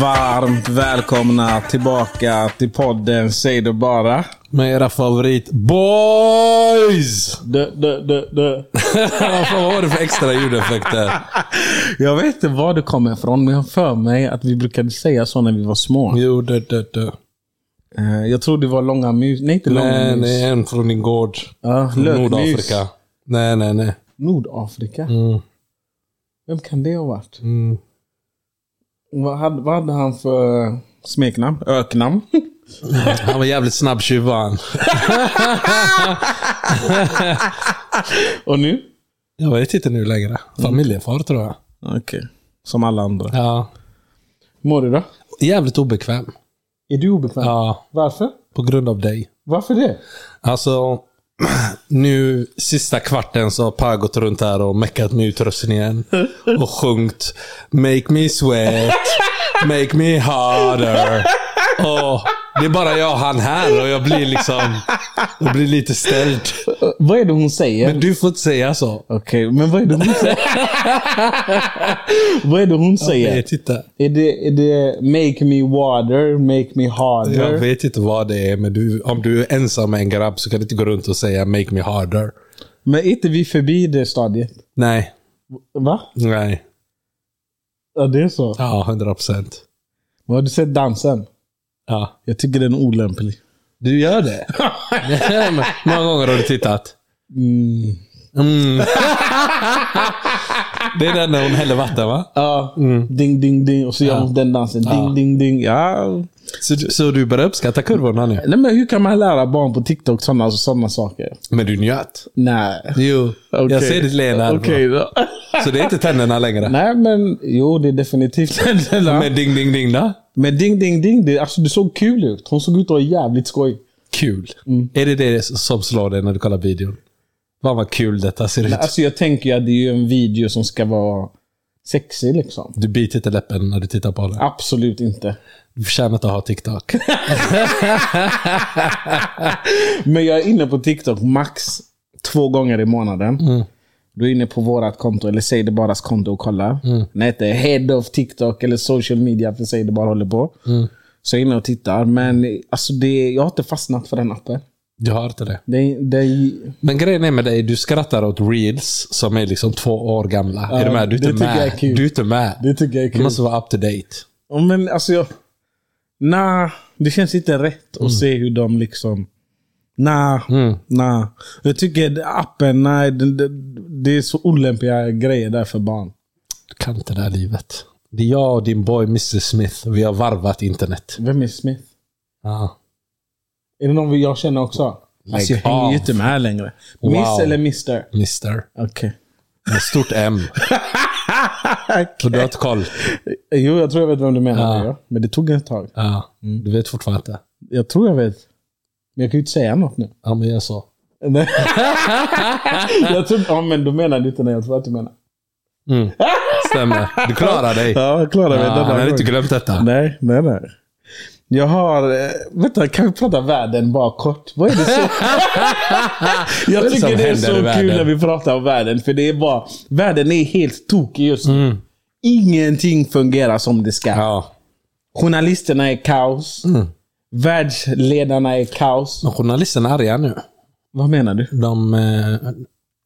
varmt välkomna tillbaka till podden Säg det bara. Med era favorit boys! Dö, dö, dö, dö. Vad fan var det för extra ljudeffekt där? Jag vet inte var det kommer ifrån, men jag har för mig att vi brukade säga så när vi var små. Jo, dö, dö, dö. Eh, Jag tror det var långa mus. Nej, inte långa Nej, mus. nej, en från din gård. Ja, Från lökmus. Nordafrika. Nej, nej, nej. Nordafrika? Mm. Vem kan det ha varit? Mm. Vad hade, vad hade han för smeknamn? Öknamn? Han var jävligt snabb tjuv var han. Och nu? Jag vet inte nu längre. Familjefar tror jag. Okej. Som alla andra. Ja. Mår du då? Jävligt obekväm. Är du obekväm? Ja. Varför? På grund av dig. Varför det? Alltså, nu sista kvarten så har Per gått runt här och meckat med utrustningen. Och sjungit Make me sweat, make me harder. Och det är bara jag och han här och jag blir liksom... Jag blir lite ställd. Vad är det hon säger? Men du får inte säga så. Okej, men vad är det hon säger? vad är det hon Jag säger? vet inte. Är det, är det make me water, make me Jag harder? vet inte vad det är, men du, om du är ensam med en grabb så kan du inte gå runt och säga make me harder. Men är inte vi förbi det stadiet? Nej. Va? Nej. Ja, det är så. Ja, 100 procent. Men har du sett dansen? Ja. Jag tycker den är olämplig. Du gör det? Många gånger har du tittat? Mm. Mm. Det är den när hon häller vatten va? Ja, ding, ding, ding. Och så gör hon den dansen. Ding, ding, ding. Ja. Så, du- så du börjar uppskatta kurvorna nu? Nej, men hur kan man lära barn på TikTok sådana såna saker? Men du njöt? Nej. Jo. Okej. Jag ser ditt leende här, Okej då. bro. Så det är inte tänderna längre? Nej, men jo, det är definitivt den. Men ding ding ding då? Men ding ding ding, det, alltså det såg kul ut. Hon såg ut att ha jävligt skoj. Kul. Mm. Är det det som slår dig när du kollar videon? Fan vad kul detta ser ut. Alltså jag tänker ju att det är ju en video som ska vara sexig liksom. Du biter inte läppen när du tittar på den. Absolut inte. Du förtjänar inte att ha TikTok. Men jag är inne på TikTok max två gånger i månaden. Du är inne på vårat konto, eller säg det baras konto och kollar. Den heter Head of TikTok eller social media för säg det bara håller på. Så jag är inne och tittar. Men alltså det, jag har inte fastnat för den appen. Du har inte det. Det, det, Men grejen är med dig, du skrattar åt reels som är liksom två år gamla. Ja, är du med? Du är det inte tycker jag med. är kul. Du är inte med. det tycker jag är Du kul. måste vara up to date. Ja, Men alltså jag... Nah, det känns inte rätt Mm. att se hur de liksom... Nah, nah. Jag tycker appen, nej. Det, det, det är så olämpliga grejer där för barn. Du kan inte det här livet. Det är jag och din boy Mr Smith. Vi har varvat internet. Vem är Smith? Ah. Är det någon vi- jag känner också? Alltså jag hänger av. ju inte med längre. Wow. Miss eller Mister? Mr. Okej. Med stort M. Så du har inte koll. Jo, jag tror jag vet vem du menar. Ja. Ja. Men det tog ett tag. Ah. Mm. Du vet fortfarande inte. Jag tror jag vet. Men jag kan ju inte säga något nu. Ja, men jag så. Nej. jag tror, ja, men då menar du inte när jag tror att du menar. Mm. Stämmer. Du klarar dig. Ja, jag klarar mig Ah, denna han har gång. inte glömt detta. Nej, nej, nej. Jag har... eh, Vänta, kan vi prata världen bara kort? Vad är det så? Vad är jag det som tycker det är händer i så kul världen? när vi pratar om världen. För det är bara... Världen är helt tokig just nu. Ingenting fungerar som det ska. Mm. Ja. Mm. Journalisterna är kaos. Världsledarna är kaos. Men Journalisterna är arga nu. Vad menar du? De, eh,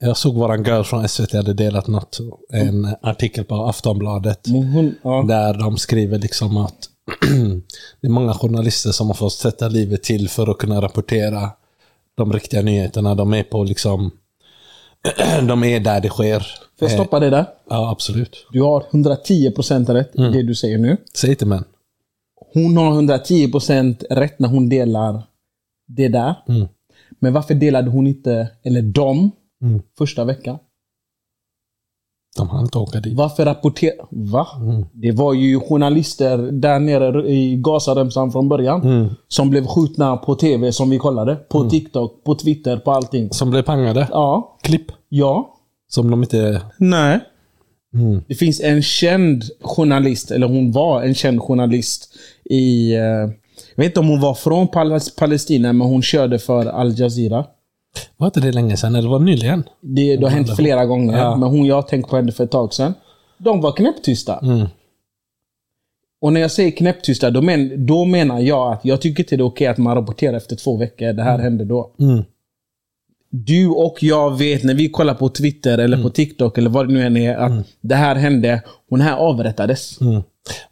jag såg våran girl från SVT hade delat något, en artikel på Aftonbladet. Hon, ja. Där de skriver liksom att det är många journalister som har fått sätta livet till för att kunna rapportera de riktiga nyheterna. De är på liksom... de är där det sker. Får jag Eh, stoppa dig där? Ja, absolut. Du har 110% rätt Mm. i det du säger nu. Säg inte men. Hon har 110% rätt när hon delar det där. Mm. Men varför delade hon inte, eller de, första veckan? Mm. De hann inte åka dit. Varför rapporterar... Va? Det var ju journalister där nere i Gazaremsan från början. Mm. Som blev skjutna på TV som vi kollade. På TikTok, på Twitter, på allting. Som blev pangade. Ja. Klipp. Ja. Som de inte... Nej. Mm. Det finns en känd journalist, eller hon var en känd journalist i... eh, Jag vet inte om hon var från Pal- Palestina, men hon körde för Al Jazeera. Var inte det länge sedan? Eller var det nyligen? Det, det har hänt flera gånger, Ja. Mm. men hon jag har tänkt på henne för ett tag sedan. De var knäpptysta. Och när jag säger knäpptysta, då, men, då menar jag att jag tycker inte det är okej att man rapporterar efter två veckor. Det här hände då. Mm. Du och jag vet när vi kollar på Twitter eller på TikTok eller vad det nu än är att det här hände. Hon här avrättades. Mm.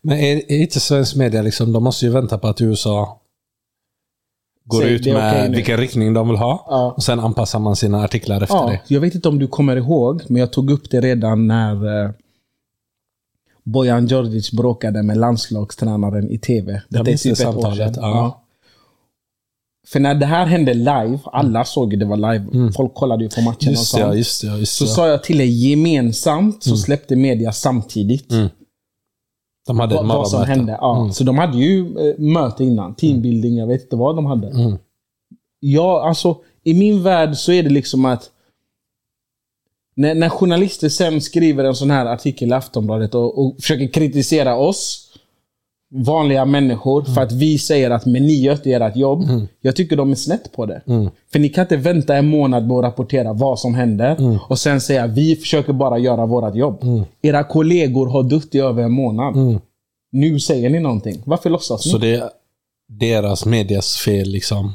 Men är, är inte svensk media liksom, de måste ju vänta på att USA går Säg, ut det är med okej nu. vilken riktning de vill ha. Ja. Och sen anpassar man sina artiklar efter Ja, det. jag vet inte om du kommer ihåg, men jag tog upp det redan när eh, Bojan Djordjic bråkade med landslagstränaren i TV. Jag minns det samtalet, ja. För när det här hände live, alla såg ju det var live. Folk kollade ju på matchen och Mm. Just det, sånt. ja, just det, ja, just så det. Mm. sa jag till er gemensamt, så släppte media samtidigt de hade ett Mm. vad, vad som morgonmöte. hände. Ja. Så de hade ju eh, möte innan. Teambuilding, jag vet inte vad de hade. Mm. Ja, alltså, I min värld så är det liksom att när, när journalister sen skriver en sån här artikel i Aftonbladet och, och försöker kritisera oss, vanliga människor, för att vi säger att men ni gör inte ert jobb. Mm. Jag tycker de är snett på det. För ni kan inte vänta en månad på att rapportera vad som händer Mm. och sen säga vi försöker bara göra vårt jobb. Era kollegor har dött i över en månad. Nu säger ni någonting. Varför låtsas ni? Mm. Så det är deras medias fel liksom.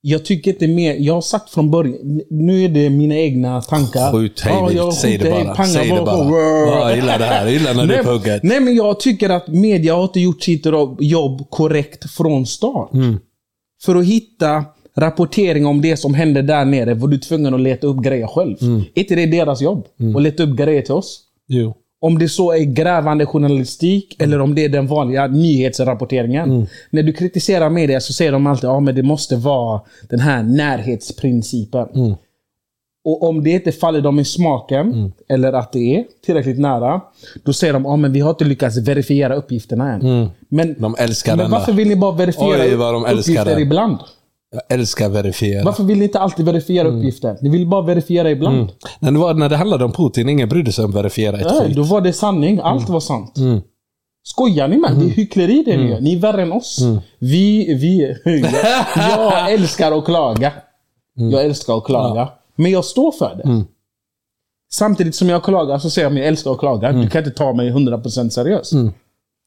Jag tycker inte mer. Jag har sagt från början. Nu är det mina egna tankar. Skjut hej vilt, jag säg det skjuter, hej, bara. panga, säg det wow, bara. wow. Ja, jag gillar det här, jag gillar när du är Nej, på hugget. nej, men jag tycker att media har inte gjort sitt rob- jobb korrekt från start. Mm. För att hitta rapportering om det som hände där nere var du tvungen att leta upp grejer själv. Mm. Är inte det deras jobb? Att leta upp grejer till oss? Jo. Om det så är grävande journalistik Mm. eller om det är den vanliga nyhetsrapporteringen. När du kritiserar media så säger de alltid att men det måste vara den här närhetsprincipen. Mm. Och om det inte faller dem i smaken, eller att det är tillräckligt nära, då säger de att men vi har inte lyckats verifiera uppgifterna än. Men, De älskar men den där. varför vill ni bara verifiera Mm. Oj, vad de älskar uppgifter den. ibland? Jag älskar verifiera. Varför vill ni inte alltid verifiera Mm. uppgifter? Ni vill bara verifiera ibland. När det, var, när det handlade om Putin, ingen brydde sig om verifiera ett Nej, skit. då var det sanning. Allt var sant. Mm. Skojar ni med mig? Det är hyckleri det ni gör. Ni är värre än oss. Mm. Vi, vi, jag, jag älskar att klaga. Mm. Jag älskar att klaga. Men jag står för det. Samtidigt som jag klagar så säger jag att jag älskar att klaga. Mm. Du kan inte ta mig 100% seriöst.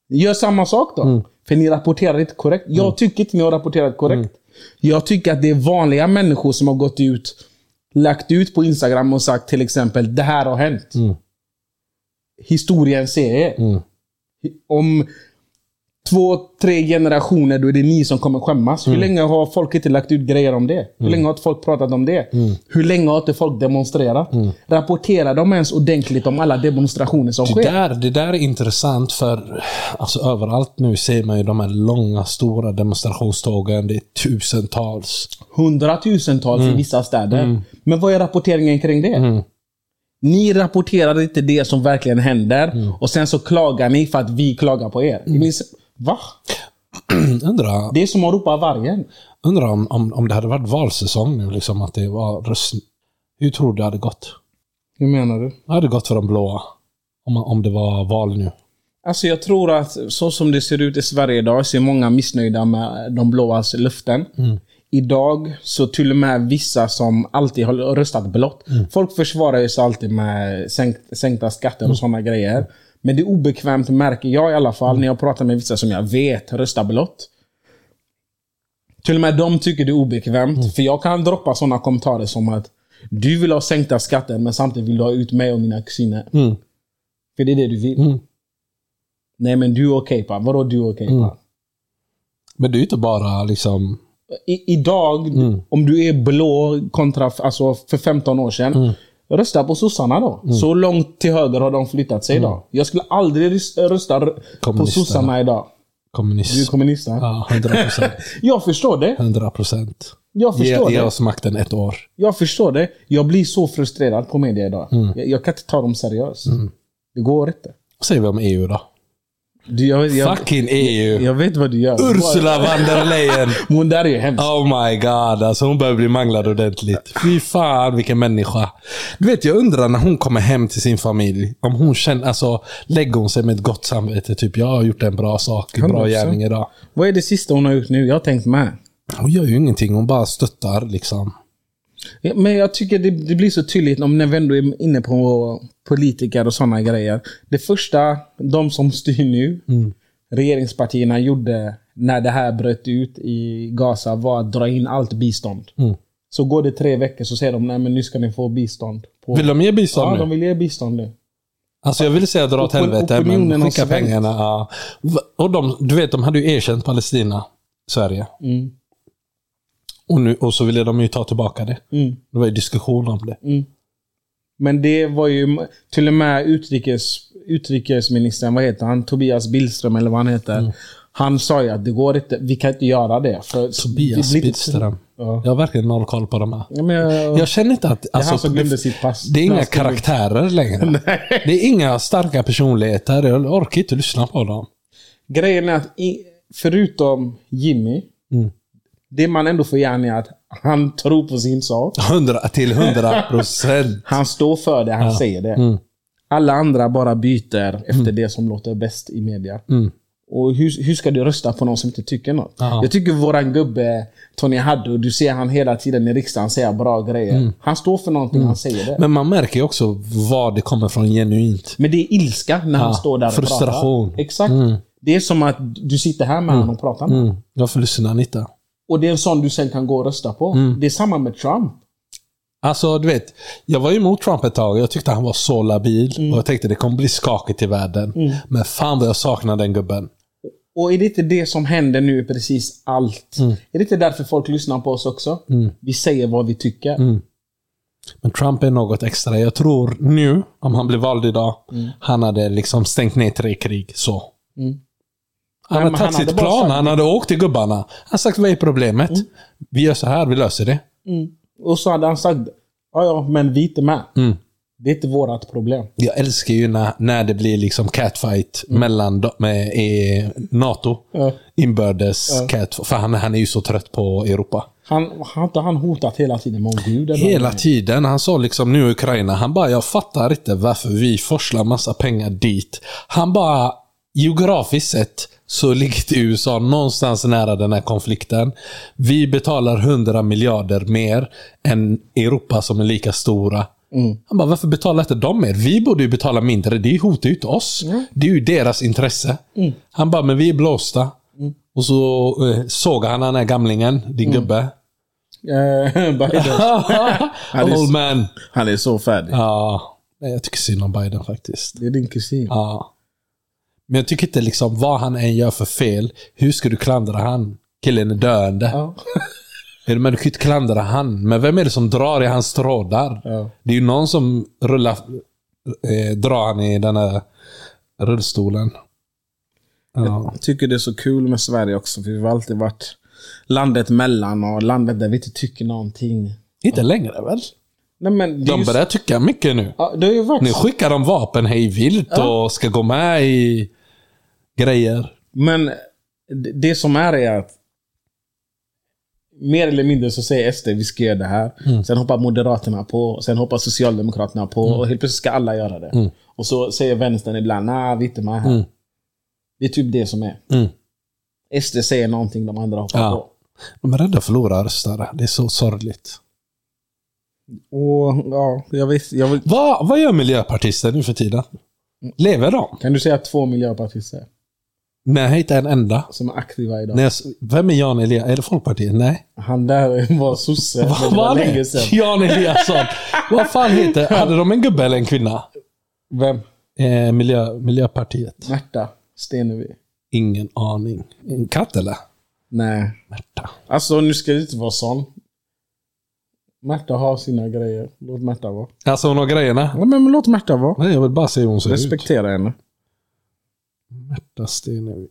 Gör samma sak då. Mm. För ni rapporterar inte korrekt. Jag tycker inte ni har rapporterat korrekt. Mm. Jag tycker att det är vanliga människor som har gått ut, lagt ut på Instagram och sagt till exempel det här har hänt. Mm. Historien ser er. Om två, tre generationer, då är det ni som kommer skämmas. Mm. Hur länge har folk inte lagt ut grejer om det? Hur länge har inte folk pratat om det? Mm. Hur länge har inte folk demonstrerat? Rapporterar de ens ordentligt om alla demonstrationer som Det sker? där, det där är intressant för alltså, överallt nu ser man ju de här långa, stora demonstrationstågen. Det är tusentals. Hundratusentals Mm. i vissa städer. Men vad är rapporteringen kring det? Ni rapporterar inte det som verkligen händer och sen så klagar ni för att vi klagar på er. Mm. Va? Undrar Det är som att ropa vargen. undra om, om, om det hade varit valsäsong nu, liksom att det var röst... Hur tror du det hade gått? Hur menar du? Det hade gått för de blåa. Om, om det var val nu. Alltså jag tror att så som det ser ut i Sverige idag så är många missnöjda med de blåas luften. Idag så till och med vissa som alltid har röstat blått. Folk försvarar ju sig alltid med sänkt, sänkta skatter och sådana grejer. Men det är obekvämt märker jag i alla fall när jag pratar med vissa som jag vet röstar blått. Till och med de tycker det är obekvämt. För jag kan droppa sådana kommentarer som att du vill ha sänkta skatter men samtidigt vill du ha ut mig och mina kusiner. Mm. För det är det du vill. Mm. Nej men du är okej pappa. Vadå du är okej pappa? Men det är ju inte bara liksom... I, idag, Mm. om du är blå kontra alltså för 15 år sedan. Mm. Rösta på sossarna då. Så långt till höger har de flyttat sig idag. Jag skulle aldrig rys- rösta r- på Mm. Kommunisterna. sossarna idag. Du är Kommunism. kommunist va? Ja, 100 procent. Jag förstår det. 100 procent. Jag Ge, förstår ge det. oss makten ett år. Jag förstår det. Jag blir så frustrerad på media idag. Mm. Jag, jag kan inte ta dem seriöst. Det går inte. Vad säger vi om EU då? Du, jag, jag, Fucking E EU! jag vet vad du gör. Ursula von der Leyen! Men Hon där är ju hemsk. Oh my god, alltså hon börjar bli manglad ordentligt. Fy fan vilken människa. Du vet, jag undrar när hon kommer hem till sin familj. Om hon känner, alltså lägger hon sig med ett gott samvete. Typ, jag har gjort en bra sak, en bra 100%. gärning idag. Vad är det sista hon har gjort nu? Jag har tänkt med. Hon gör ju ingenting, hon bara stöttar liksom. Ja, Men jag tycker det, det blir så tydligt om när vi ändå är inne Mm. på politiker och sådana grejer. Det första, de som styr nu, regeringspartierna gjorde när det här bröt ut i Gaza var att dra in allt bistånd. Mm. Så går det tre veckor så säger de nej men nu ska ni få bistånd. På... Vill de ge bistånd ja, nu? de vill ge bistånd nu. Alltså jag ville säga dra åt Opin- helvete, opinionen men har skicka svängt. pengarna. Ja. Va- Och de, du vet, de hade ju erkänt Palestina, Sverige. Mm. Och, nu, och så ville de ju ta tillbaka det. Mm. Det var ju diskussion om det. Men det var ju till och med utrikes, utrikesministern, vad heter han? Tobias Billström eller vad han heter. Mm. Han sa ju att det går inte, vi kan inte göra det. För Tobias det blir inte- Billström. Ja. Jag har verkligen noll koll på de här. Ja, men jag, Jag känner inte att... han som glömde det, sitt pass. det är När inga han skulle- karaktärer längre. Det är inga starka personligheter. Jag orkar inte lyssna på dem. Grejen är att i, förutom Jimmy, Mm. det man ändå får gärna är att han tror på sin sak. Hundra, till hundra procent. Han står för det, han säger det. Mm. Alla andra bara byter efter det som låter bäst i media. Mm. Och hur, hur ska du rösta på någon som inte tycker något? Ja. Jag tycker våran gubbe Tony Haddo, du ser han hela tiden i riksdagen säga bra grejer. Mm. Han står för någonting, han säger det. Men, Men man märker ju också var det kommer från genuint. det är ilska när han står där och frustration. pratar. Exakt. Det är som att du sitter här med honom och pratar med honom. Mm. Varför lyssnar ni inte? Och det är en sån du sen kan gå och rösta på. Det är samma med Trump. Alltså, du vet. Jag var ju emot Trump ett tag. Jag tyckte han var så labil. Mm. Och jag tänkte det kommer bli skakigt i världen. Men fan vad jag saknar den gubben. Och är det inte det som händer nu i precis allt? Är det inte därför folk lyssnar på oss också? Vi säger vad vi tycker. Men Trump är något extra. Jag tror nu, om han blir vald idag, han hade liksom stängt ner tre krig. Så. Mm. Han Nej, hade men han tagit sitt hade bara plan. sagt- Mm. Han hade åkt till gubbarna. Han hade sagt, vad är problemet? Vi gör så här, vi löser det. Och så hade han sagt, ja ja, men vi är inte med. Mm. Det är inte vårt problem. Jag älskar ju när, när det blir liksom catfight mellan de- med, eh, NATO. Mm. Ja. Inbördes catfight. För han, han är ju så trött på Europa. Han, har inte han hotat hela tiden med Gud? eller Hela någonting? tiden. Han sa liksom nu Ukraina, han bara jag fattar inte varför vi forslar massa pengar dit. Han bara geografiskt sett så ligger det USA någonstans nära den här konflikten. Vi betalar 100 miljarder mer än Europa som är lika stora. Han bara, varför betalar inte de mer? Vi borde ju betala mindre. Det hotar ju inte oss. Det är ju deras intresse. Han bara, men vi är blåsta. Och så eh, såg han den här gamlingen, din gubbe. Eh, Biden. är Old så- man. han är så färdig. Ja, nej, jag tycker synd om Biden faktiskt. Det är din kusin. Ja. Men jag tycker inte liksom vad han än gör för fel, hur ska du klandra han? Killen är döende. Ja. Är du med? Du kan ju inte klandra han. Men vem är det som drar i hans trådar? Ja. Det är ju någon som rullar, eh, drar han i den här rullstolen. Ja. Jag tycker det är så kul med Sverige också, för vi har alltid varit landet mellan och landet där vi inte tycker någonting. Inte längre väl? Nej, men det är De ju... börjar tycka mycket nu. Ja, det har ju varit Nu skickar de vapen hej vilt och ska gå med i grejer. Men det- det som är är att mer eller mindre så säger SD vi ska göra det här. Mm. Sen hoppar Moderaterna på, sen hoppar Socialdemokraterna på och helt plötsligt ska alla göra det. Och så säger vänstern ibland, nej vi är inte med här. Mm. Det är typ det som är. Mm. SD säger någonting, de andra hoppar Ja. De är rädda att förlora röstare. Det är så sorgligt. på. Och, ja, jag vet, jag vill... Vad, vad gör miljöpartister nu för tiden? Lever de? Kan du säga två miljöpartister Nej, inte en enda. som är aktiva idag? När jag, s- vem är Jan Eliasson? Är det Folkpartiet? Nej. Han där var sosse, men Vad det var var länge det? sedan. Jan Eliasson. vad fan heter Hade de en gubbe eller en kvinna? Vem? Eh, miljö, miljöpartiet. Märta Stenevi? Ingen aning. En katt eller? Nej. Märta. Alltså nu ska det inte vara sån. Märta har sina grejer. Låt Märta vara. Alltså hon har grejerna. Ja, men, men låt Märta vara. Nej, jag vill bara se hur hon ser ut. Respektera henne. Märta Stenevi.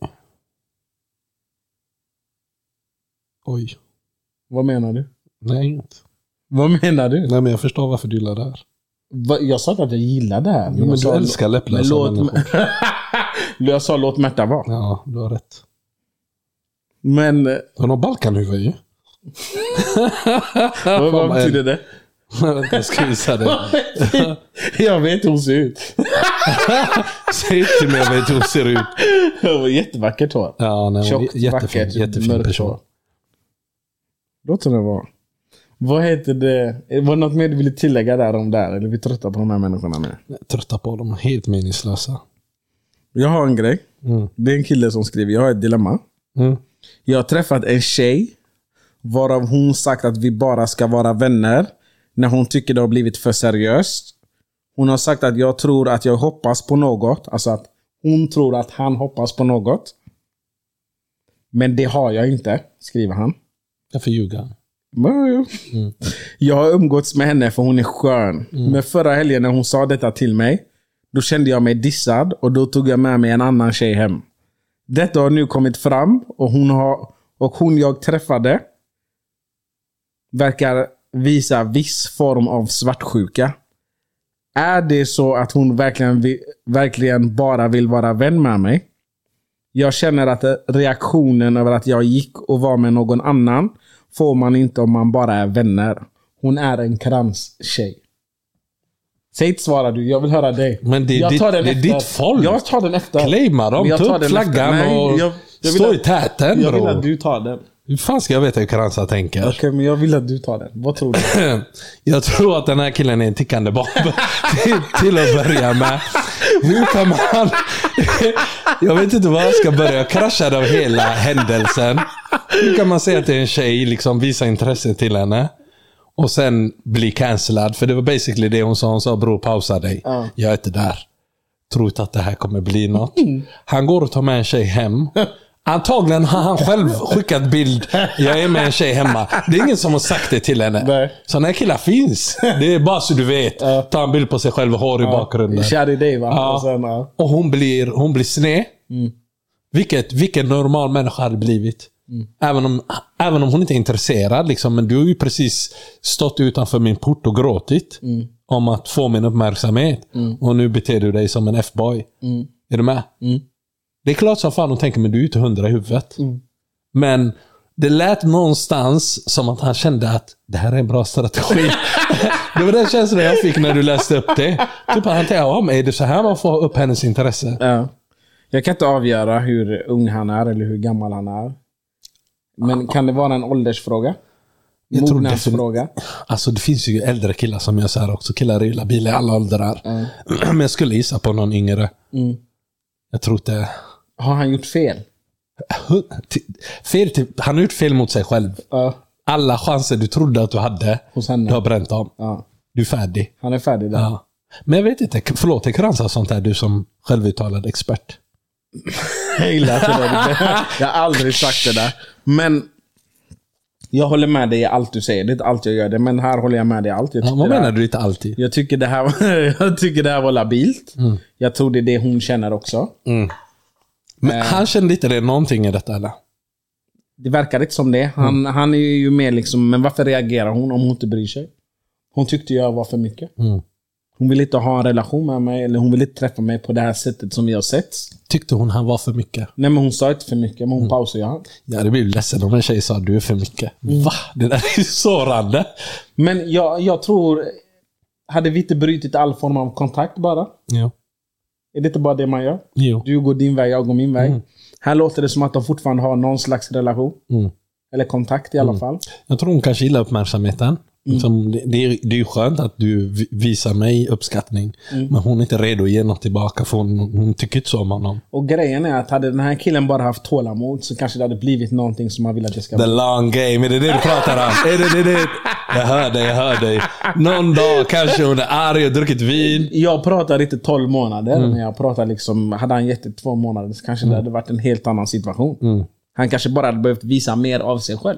Oj. Vad menar du? Nej, inget. Vad menar du? Nej, men jag förstår varför du gillar det här. Va, jag sa inte att jag gillar det här. Jo, men jag du sa- älskar men läpplösa låt, människor. Jag sa låt Märta vara. Ja, du har rätt. Men eh, Hon har Balkanhuvud ju. vad, vad vad betyder det? Vänta, jag ska visa dig. jag vet hur hon ser ut. Säg inte till mig jag vet hur hon ser ut. Det var jättevackert hår. Ja, nej, hon Tjockt, är jättefin, vackert, jättefin mörkt person. hår. Låt henne vara. Vad heter det? Var det något mer du ville tillägga där om där? Eller är vi trötta på de här människorna nu? Jag är Trötta på dem, helt meningslösa. Jag har en grej. Det är en kille som skriver, jag har ett dilemma. Mm. Jag har träffat en tjej varav hon sagt att vi bara ska vara vänner när hon tycker det har blivit för seriöst. Hon har sagt att jag tror att jag hoppas på något. Alltså att hon tror att han hoppas på något. Men det har jag inte, skriver han. Varför ljuger han? Mm. Jag har umgåtts med henne för hon är skön. Men förra helgen när hon sa detta till mig, då kände jag mig dissad och då tog jag med mig en annan tjej hem. Detta har nu kommit fram och hon, har, och hon jag träffade verkar visa viss form av svartsjuka. Är det så att hon verkligen, vi- verkligen bara vill vara vän med mig? Jag känner att reaktionen över att jag gick och var med någon annan får man inte om man bara är vänner. Hon är en kranstjej. Säg inte svara du, jag vill höra dig. Men det är jag ditt- det är efter. ditt folk. Jag tar den efter. Claima dem, Men jag ta tar upp den flaggan efter. Nej, och jag- jag vill stå att- i täten Jag vill bro. att du tar den. Hur fan ska jag veta hur Kranjca tänker? Okej, men jag vill att du tar den. Vad tror du? Jag tror att den här killen är en tickande bomb. Till- Till att börja med. Hur kan man... Jag vet inte var jag ska börja. Jag kraschade av hela händelsen. Hur kan man säga att det är en tjej, liksom visa intresse till henne. Och sen bli cancellad. För det var basically det hon sa. Hon sa bror pausa dig. Ja. Jag är inte där. Tror inte att det här kommer bli något. Han går och tar med en tjej hem. Antagligen har han själv skickat bild. Jag är med en tjej hemma. Det är ingen som har sagt det till henne. Nej. Sådana här killar finns. Det är bara så du vet. Ta en bild på sig själv och hår i bakgrunden. Kär i dig va? Ja. Och sen, ja. Och hon blir, hon blir sned. Vilket, vilken normal människa hade blivit. Även, om, även om hon inte är intresserad. Liksom, men du har ju precis stått utanför min port och gråtit. Mm. Om att få min uppmärksamhet. Och nu beter du dig som en F-boy. mm. Är du med? Det är klart som fan hon tänker, men du är ju inte hundra i huvudet. Men det lät någonstans som att han kände att det här är en bra strategi. det var den känslan jag fick när du läste upp det. Typ att han tänkte, ja, men är det så här man får upp hennes intresse? Ja. Jag kan inte avgöra hur ung han är eller hur gammal han är. Men kan det vara en åldersfråga? Jag tror Mognadsfråga? Alltså det finns ju äldre killar som gör så här också. Killar är ju labila i alla åldrar. Ja. Men jag skulle gissa på någon yngre. Mm. Jag tror inte... Har han gjort fel? Fel, till- han har gjort fel mot sig själv. Ja. Alla chanser du trodde att du hade, Hos henne? du har bränt dem. Ja. Du är färdig. Han är färdig där. Ja. Men jag vet inte, förlåt, är Kranjca sånt här du som självuttalad expert? Jag gillar att det där. Jag har aldrig sagt det där. Men jag håller med dig i allt du säger. Det är inte allt jag gör det, men här håller jag med dig i allt. Jag Ja, tycker vad det här- menar du inte alltid? Jag tycker det här, jag tycker det här var labilt. Mm. Jag tror det är det hon känner också. Men han kände inte det någonting i detta eller? Det verkar inte som det. Han, han är ju mer liksom, men varför reagerar hon om hon inte bryr sig? Hon tyckte jag var för mycket. Mm. Hon vill inte ha en relation med mig, eller hon vill inte träffa mig på det här sättet som vi har sett. Tyckte hon han var för mycket? Nej men hon sa inte för mycket, men hon pausade ju han. Jag hade blivit ledsen om en tjej sa du är för mycket. Va? Det där är ju sårande. Men jag, jag tror, hade vi inte brutit all form av kontakt bara? Ja. Är det inte bara det man gör? Jo. Du går din väg, jag går min väg. Här låter det som att de fortfarande har någon slags relation. Mm. Eller kontakt i alla fall. Jag tror hon kanske gillar uppmärksamheten. Som, det, det, är, det är ju skönt att du vi- visar mig uppskattning. Men hon är inte redo att ge något tillbaka för hon, hon tycker inte så om honom. Och grejen är att hade den här killen bara haft tålamod så kanske det hade blivit någonting som man vill att det ska The bli. long game, är det det du pratar om? Är det, det, det? Jag hör dig, jag hör dig. Någon dag kanske hon är arg och druckit vin. Jag pratar inte 12 månader, men jag pratar liksom... Hade han gett det två månader så kanske det hade varit en helt annan situation. Mm. Han kanske bara hade behövt visa mer av sig själv.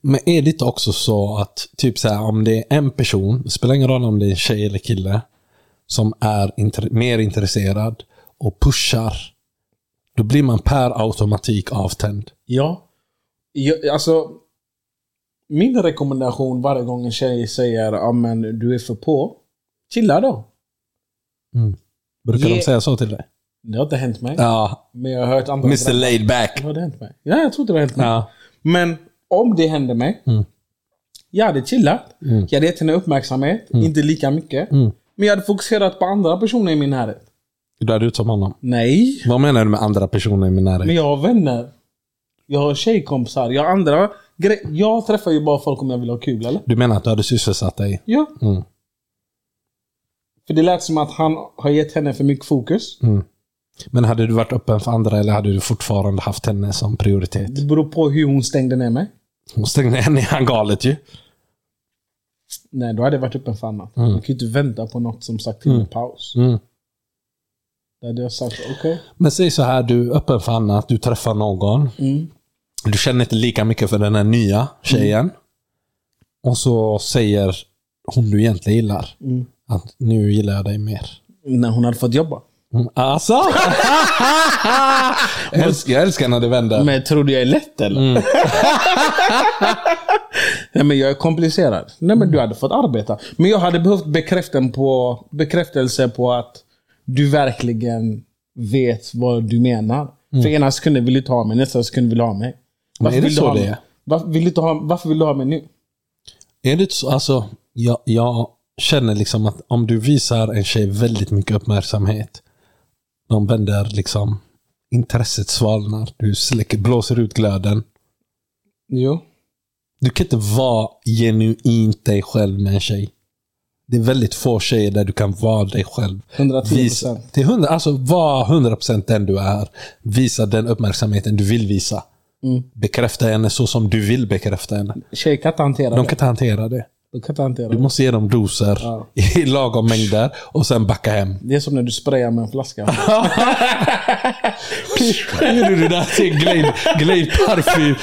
Men är det inte också så att typ så här, om det är en person, det spelar ingen roll om det är tjej eller kille, som är intre- mer intresserad och pushar, då blir man per automatik avtänd. Ja. Jag, alltså, min rekommendation varje gång en tjej säger ja, men du är för på. Chilla då. Brukar Ge- de säga så till dig? Det har inte hänt mig. Ja, Men jag har hört andra Mr laid back. Det har det hänt mig. Ja, jag trodde det hade hänt mig. Ja. Men om det hände mig. Mm. Jag hade chillat. Jag hade gett henne uppmärksamhet. Inte lika mycket. Mm. Men jag hade fokuserat på andra personer i min närhet. Du är ut som honom. Nej. Vad menar du med andra personer i min närhet? Men jag har vänner. Jag har tjejkompisar. Jag har andra gre- Jag träffar ju bara folk om jag vill ha kul, eller? Du menar att du hade sysselsatt dig? Ja. Mm. För det lät som att han har gett henne för mycket fokus. Mm. Men hade du varit öppen för andra eller hade du fortfarande haft henne som prioritet? Det beror på hur hon stängde ner mig. Hon stängde henne i handgalet ju. Nej, då hade jag varit öppen för annat. Jag kan ju inte vänta på något som sagt till en paus. Mm. Då hade jag sagt okej. Men säg så här, du är öppen för annat, du träffar någon. Mm. Du känner inte lika mycket för den här nya tjejen. Mm. Och så säger hon du egentligen gillar Mm. att nu gillar jag dig mer. När hon hade fått jobba. Mm. Alltså! jag, älskar, jag älskar när det vänder. Men tror du jag är lätt eller? Mm. Nej men jag är komplicerad. Nej men du hade fått arbeta. Men jag hade behövt bekräften på, bekräftelse på att du verkligen vet vad du menar. För ena sekunden vill du inte ha mig, nästa sekund vill du ha mig. Mm. Men är det vill du så ha det mig? är? Varför vill, du inte ha, varför vill du ha mig nu? Är det inte så, alltså, jag, jag känner liksom att om du visar en tjej väldigt mycket uppmärksamhet, de vänder liksom, intresset svalnar, du släcker, blåser ut glöden. Jo. Du kan inte vara genuint dig själv med en tjej. Det är väldigt få tjejer där du kan vara dig själv. 110%. Visa, till 100, alltså var 100% den du är. Visa den uppmärksamheten du vill visa. Bekräfta henne så som du vill bekräfta henne. Tjejer kan inte hantera De det. kan inte hantera det. De kan inte hantera Du det. måste ge dem doser Ja. i lagom mängder och sen backa hem. Det är som när du sprayar med en flaska. Gjorde du där till glade, glade parfym?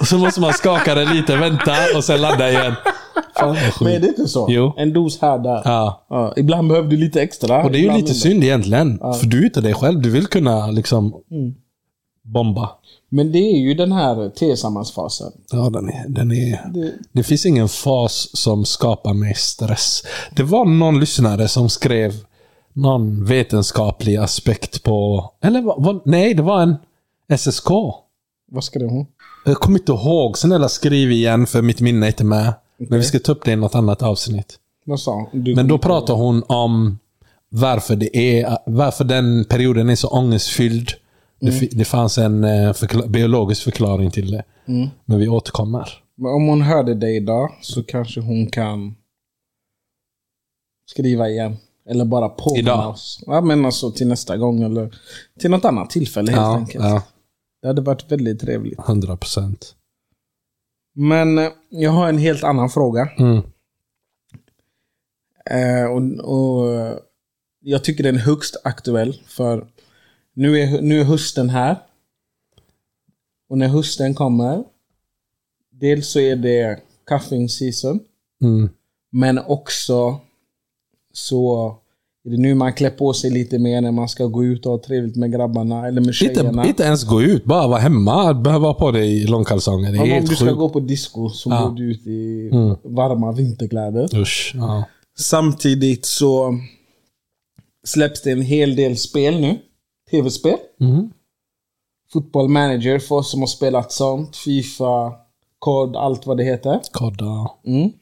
Och så måste man skaka den lite, vänta och sen ladda igen. Fan, vad sjukt. men är det inte så? Jo. En dos här där. Ja. Ja, ibland behöver du lite extra. Och det är ju ibland lite mindre. synd egentligen. För du är inte dig själv. Du vill kunna liksom bomba. Men det är ju den här tillsammansfasen. Ja, den är, den är... Det- Det finns ingen fas som skapar mig stress. Det var någon lyssnare som skrev någon vetenskaplig aspekt på... Eller vad, vad, nej, det var en SSK. Vad skrev hon? Jag kommer inte ihåg. Snälla skriv igen för mitt minne är inte med. Men vi ska ta upp det i något annat avsnitt. Vad sa hon? Du, Men då pratar hon om varför, det är, varför den perioden är så ångestfylld. Det, Mm. fi- det fanns en eh, förkla- biologisk förklaring till det. Mm. Men vi återkommer. Men om hon hörde dig idag så kanske hon kan skriva igen. Eller bara påminna Idag? oss. Ja, men alltså till nästa gång eller till något annat tillfälle helt enkelt. ja, Det hade varit väldigt trevligt. 100 procent. Men eh, jag har en helt annan fråga. Mm. Eh, och, och eh, Jag tycker den är högst aktuell. För nu är, nu är hösten här. Och när hösten kommer. Dels så är det cuffing season. Mm. Men också så är det nu man klär på sig lite mer när man ska gå ut och ha trevligt med grabbarna eller med Inte, tjejerna. inte ens gå ut, bara vara hemma. Behöva ha på dig långkalsonger. Det Men är om helt du sjukt. ska gå på disco så Ja. Mm. går du ut i varma vinterkläder. Usch. Ja. Samtidigt så släpps det en hel del spel nu. Tv-spel. Mm. Football manager för oss som har spelat sånt. Fifa, COD, allt vad det heter. Kodda. Mm.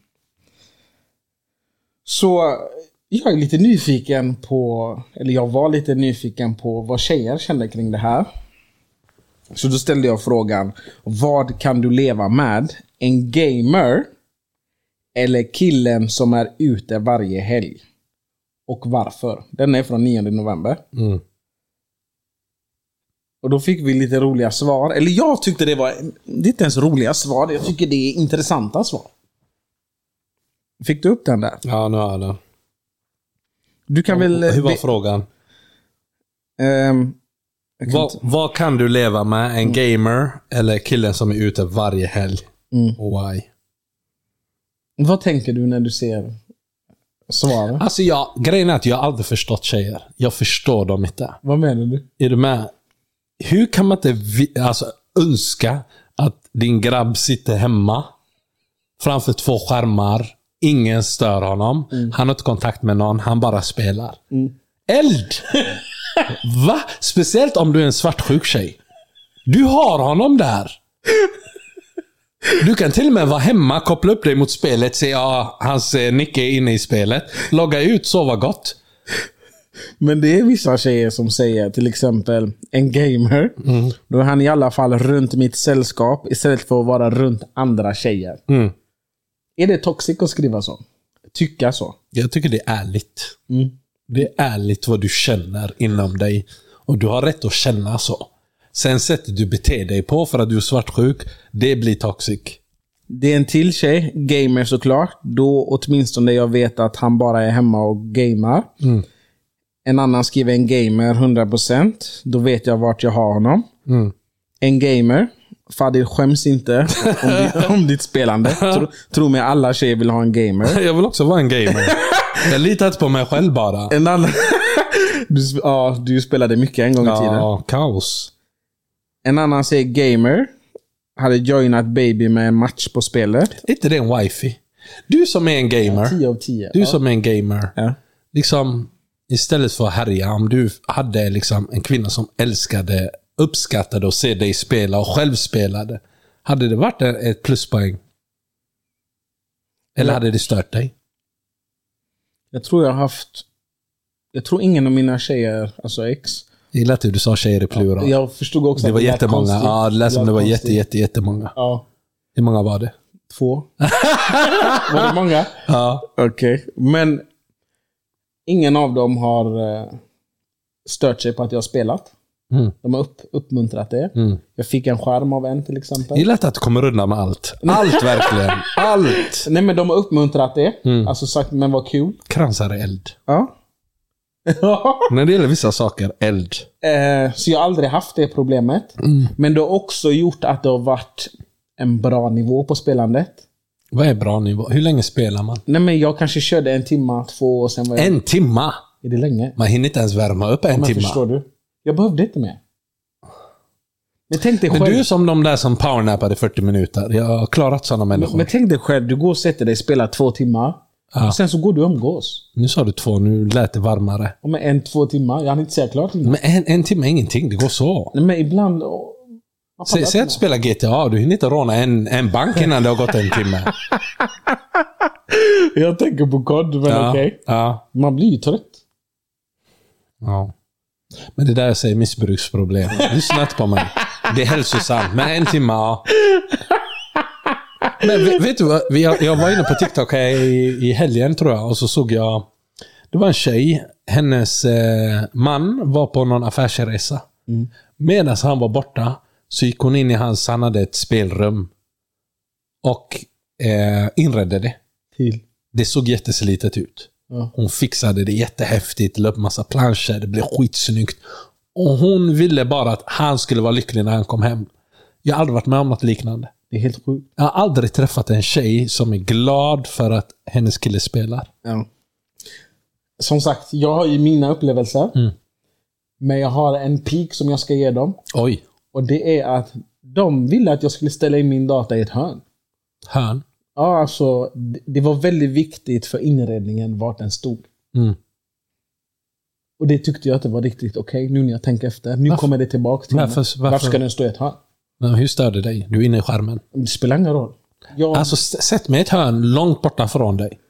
Så jag är lite nyfiken på, eller jag var lite nyfiken på vad tjejer kände kring det här. Så då ställde jag frågan, vad kan du leva med? En gamer eller killen som är ute varje helg? Och varför? Den är från 9 november. Mm. Och då fick vi lite roliga svar. Eller jag tyckte det var, det är inte ens roliga svar, jag tycker det är intressanta svar. Fick du upp den där? Ja, nu har jag den. Du kan väl... Hur var be- frågan? Ehm, jag kan Vad, inte- vad kan Mm. du leva med? En gamer eller killen som är ute varje helg? Mm. Och why? vad tänker du när du ser svaren? Alltså jag, grejen är att jag har aldrig förstått tjejer. Jag förstår dem inte. Vad menar du? Är du med? Hur kan man inte vi, alltså, önska att din grabb sitter hemma framför två skärmar. Ingen stör honom. Han har inte kontakt med någon. Han bara spelar. Eld! Va? Speciellt om du är en svartsjuk tjej. Du har honom där. Du kan till och med vara hemma, koppla upp dig mot spelet, se ja, hans eh, nicke är inne i spelet. Logga ut, sova gott. Men det är vissa tjejer som säger, till exempel en gamer. Då är han i alla fall runt mitt sällskap istället för att vara runt andra tjejer. Mm. Är det toxic att skriva så? Tycka så? Jag tycker det är ärligt. Mm. Det är ärligt vad du känner inom dig. Och du har rätt att känna så. Sen sättet du beter dig på för att du är svartsjuk, det blir toxic. Det är en till tjej, gamer såklart. Då åtminstone jag vet att han bara är hemma och gamar. En annan skriver en gamer 100%. Då vet jag vart jag har honom. En gamer. Fadil skäms inte om, ditt, om ditt spelande. Tro, tro mig, alla tjejer vill ha en gamer. Jag vill också vara en gamer. Jag litar inte på mig själv bara. En annan... Du, sp- ja, du spelade mycket en gång i tiden. Ja, kaos. En annan säger gamer. Hade joinat baby med en match på spelet. Är inte det en wifi? Du som är en gamer. 10 av 10. Du som är en gamer. Ja. liksom, istället för att härja, om du hade liksom en kvinna som älskade, uppskattade att se dig spela och själv spelade. Hade det varit en- ett pluspoäng? Eller Ja. hade det stört dig? Jag tror jag har haft... Jag tror ingen av mina tjejer, alltså ex. Jag gillar att du sa tjejer i plural. Jag förstod också det var lät jättemånga. konstigt. Ja, det lät som det var konstigt. jätte, jätte, jättemånga. Ja, Hur många var det? två. var det många? Ja. Okej, men ingen av dem har eh, stört sig på att jag har spelat. Mm. De har upp, uppmuntrat det. Mm. Jag fick en skärm av en till exempel. Jag gillar att du kommer undan med allt. Allt verkligen. Allt! Nej men de har uppmuntrat det. Mm. Alltså sagt, men vad kul. Kransar är eld. Ja. När det gäller vissa saker, eld. Eh, så jag har aldrig haft det problemet. Mm. Men det har också gjort att det har varit en bra nivå på spelandet. Vad är bra nivå? Hur länge spelar man? Nej men jag kanske körde en timma, två och sen var jag... En timma! Är det länge? Man hinner inte ens värma upp en Men timme. förstår du? Jag behövde inte mer. Men tänk dig Men själv. du är som de där som powernappar i 40 minuter. Jag har klarat sådana människor. Men tänk dig själv, du går och sätter dig, spelar två timmar. Ja. Och sen så går du och umgås. Nu sa du två, nu lät det varmare. Om en, två timmar. Jag hann inte säga klart innan. Men en, en timme är ingenting, det går så. Nej, men ibland... åh, man Sä, pallar säg att inte du spelar GTA, du hinner inte råna en, en bank innan det har gått en timme. mer. Jag tänker på kod, men ja, okej. ja, Man blir ju trött. ja. Men det där jag säger missbruksproblem. Lyssna inte på mig. Det är hälsosamt, men en timme, ja. Men vet, vet du vad? Vi- Jag, jag var inne på TikTok här i, i helgen tror jag och så såg jag... Det var en tjej. Hennes eh, man var på någon affärsresa. Medan han var borta så gick hon in i hans, han hade ett spelrum. Och eh, inredde det. Till. Det såg jätteslitet ut. Ja. Hon fixade det jättehäftigt, la upp massa planscher, det blev skitsnyggt. Och hon ville bara att han skulle vara lycklig när han kom hem. Jag har aldrig varit med om något liknande. Det är helt sjukt. Jag har aldrig träffat en tjej som är glad för att hennes kille spelar. Ja. Som sagt, jag har ju mina upplevelser. Mm. Men jag har en peak som jag ska ge dem. Oj. Och det är att de ville att jag skulle ställa in min data i ett hörn. Hörn. Ja, alltså, det- det var väldigt viktigt för inredningen vart den stod. Mm. Och det tyckte jag att det var riktigt okej nu när jag tänker efter. Nu Varför? kommer det tillbaka till Varför- mig. varför- varför ska den stå i ett hörn? Men hur stör det dig? Du är inne i skärmen. Det spelar ingen roll. Jag, Alltså, s- sätt mig i ett hörn långt borta från dig.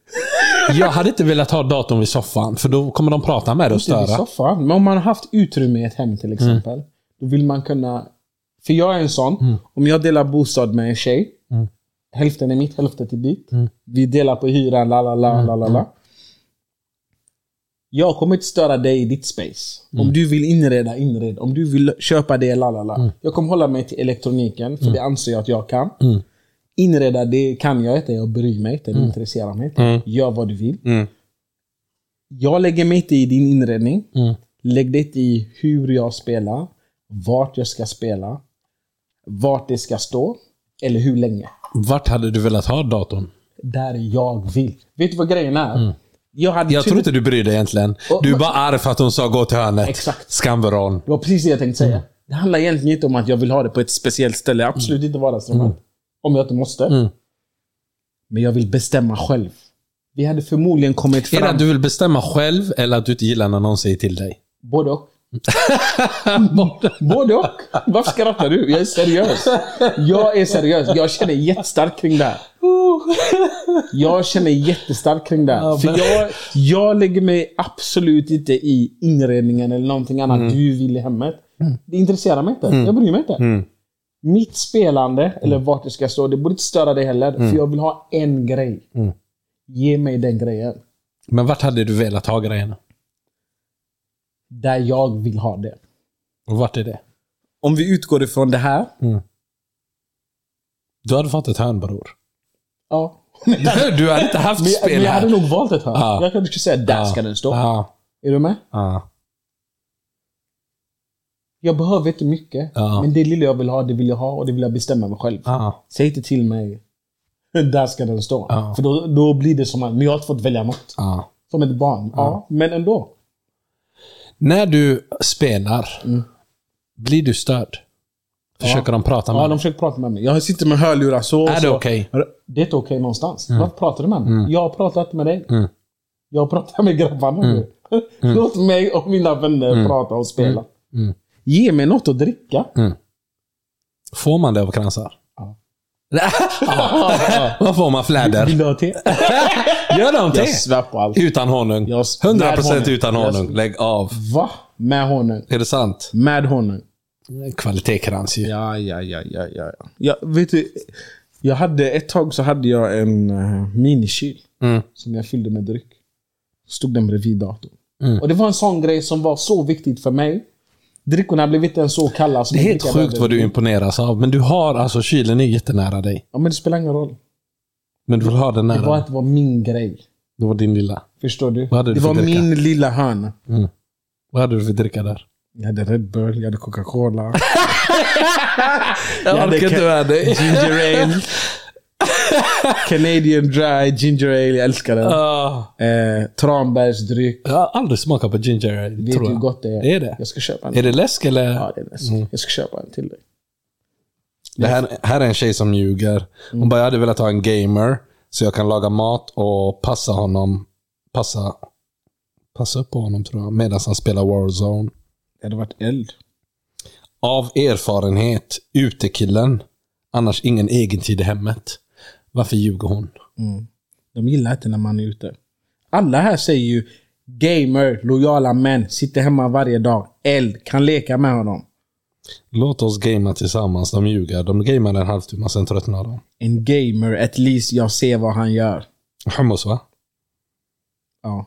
Jag hade inte velat ha datorn vid soffan, för då kommer de prata med dig och inte vid störa. soffan. Men om man har haft utrymme i ett hem till exempel. Då vill man kunna... För jag är en sån. Mm. Om jag delar bostad med en tjej. Hälften är mitt, hälften är ditt. Mm. Vi delar på hyran, la la la la la la. Jag kommer inte störa dig i ditt space. Om Mm. du vill inreda, inred. Om du vill köpa det, la la la. Jag kommer hålla mig till elektroniken, Mm. för det anser jag att jag kan. Inreda, det kan jag inte. Jag bryr mig inte. Det intresserar mig inte. Gör vad du vill. Mm. Jag lägger mig inte i din inredning. Mm. Lägg dig inte i hur jag spelar, vart jag ska spela, vart det ska stå eller hur länge. Vart hade du velat ha datorn? Där jag vill. Vet du vad grejen är? Jag hade Mm. Jag tur- tror inte du bryr dig egentligen. Och- Du är bara arg för att hon sa gå till hörnet. Exakt. Skamveron. Det var precis det jag tänkte säga. Mm. Det handlar egentligen inte om att jag vill ha det på ett speciellt ställe. Absolut inte vardagsrummet. Om jag inte måste. Mm. Men jag vill bestämma själv. Vi hade förmodligen kommit Är det fram. att du vill bestämma själv eller att du inte gillar när någon säger till dig? Både och. Både och. Varför skrattar du? Jag är seriös. Jag är seriös. Jag känner jättestarkt kring det här. Jag känner jättestarkt kring det här. Ja, För men- jag, jag lägger mig absolut inte i inredningen eller någonting annat du vill i hemmet. Det intresserar mig inte. Jag bryr mig inte. Mm. Mitt spelande, eller vart det ska stå, det borde inte störa dig heller. För jag vill ha en grej. Ge mig den grejen. Men vart hade du velat ha grejerna? Där jag vill ha det. Och vart är det? Mm. Om vi utgår ifrån det här. Du hade fått ett hörn bror. Ja. Du hade inte haft Men jag, men spel jag hade här. nog valt ett hörn. Ja. Jag kanske skulle säga där Ja. ska den stå. Ja. Är du med? Ja. Jag behöver inte mycket. Ja. Men det lilla jag vill ha, det vill jag ha och det vill jag bestämma mig själv. Ja. Säg inte till mig, där ska den stå. Ja. För då, då blir det som att, men jag har inte fått välja något. Ja. Som ett barn. Ja, men ändå. När du spelar, blir du störd? Försöker de prata med Mm. Ja, dig? de försöker prata med mig. Jag sitter med hörlurar så. Är det så. okej? Det är inte okej någonstans. Varför pratar du med mig? Jag pratar inte med dig. Mm. Jag pratar med grabbarna nu. Låt mig och mina vänner prata och spela. Mm. Ge mig något att dricka. Får man det av kransar? Ja. Vad får man? Vill Fläder? du ha te? Gör de Jag te? svär på allt. Utan honung. Jag s- 100% med utan honung. honung. Lägg av. Va? Med honung. Är det sant? Med honung. Kvalitetskrans ju. Ja, ja, ja, ja, ja. ja. Jag, vet du, jag hade, ett tag så hade jag en eh, minikyl Mm. som jag fyllde med dryck. Stod den bredvid datorn. Mm. Och det var en sån grej som var så viktigt för mig. Drickorna blev inte ens så kalla som Det är jag helt dricker sjukt över. vad du imponeras av. Men du har alltså, kylen är jättenära dig. Ja, men det spelar ingen roll. Men du vill ha den Det var nära. att det var min grej. Det var din lilla. Förstår du? Vad hade du det för var dricka? min lilla hörna. Vad hade du för dricka där? Jag hade Red Bull, jag hade Coca-Cola. Jag orkar inte med dig. Ginger ale. Canadian dry ginger ale. Jag älskar den. Eh, tranbärsdryck. jag har aldrig smakat på ginger ale, Vet tror du hur jag. gott det är? Mm. Är det? Jag ska köpa en. Är det läsk eller? Ja, det är läsk. Jag ska köpa en till dig. Det här, här är en tjej som ljuger. Hon bara, jag hade velat ha en gamer så jag kan laga mat och passa honom. Passa, passa upp på honom tror jag, medan han spelar Warzone. Det hade varit eld. Av erfarenhet, utekillen. Annars ingen egen tid i hemmet. Varför ljuger hon? De gillar inte när man är ute. Alla här säger ju gamer, lojala män, sitter hemma varje dag, eld, kan leka med honom. Låt oss gamea tillsammans. De ljuger. De gamear en halvtimme, sen tröttnar de. En gamer, at least jag ser vad han gör. Hummus va? Ja.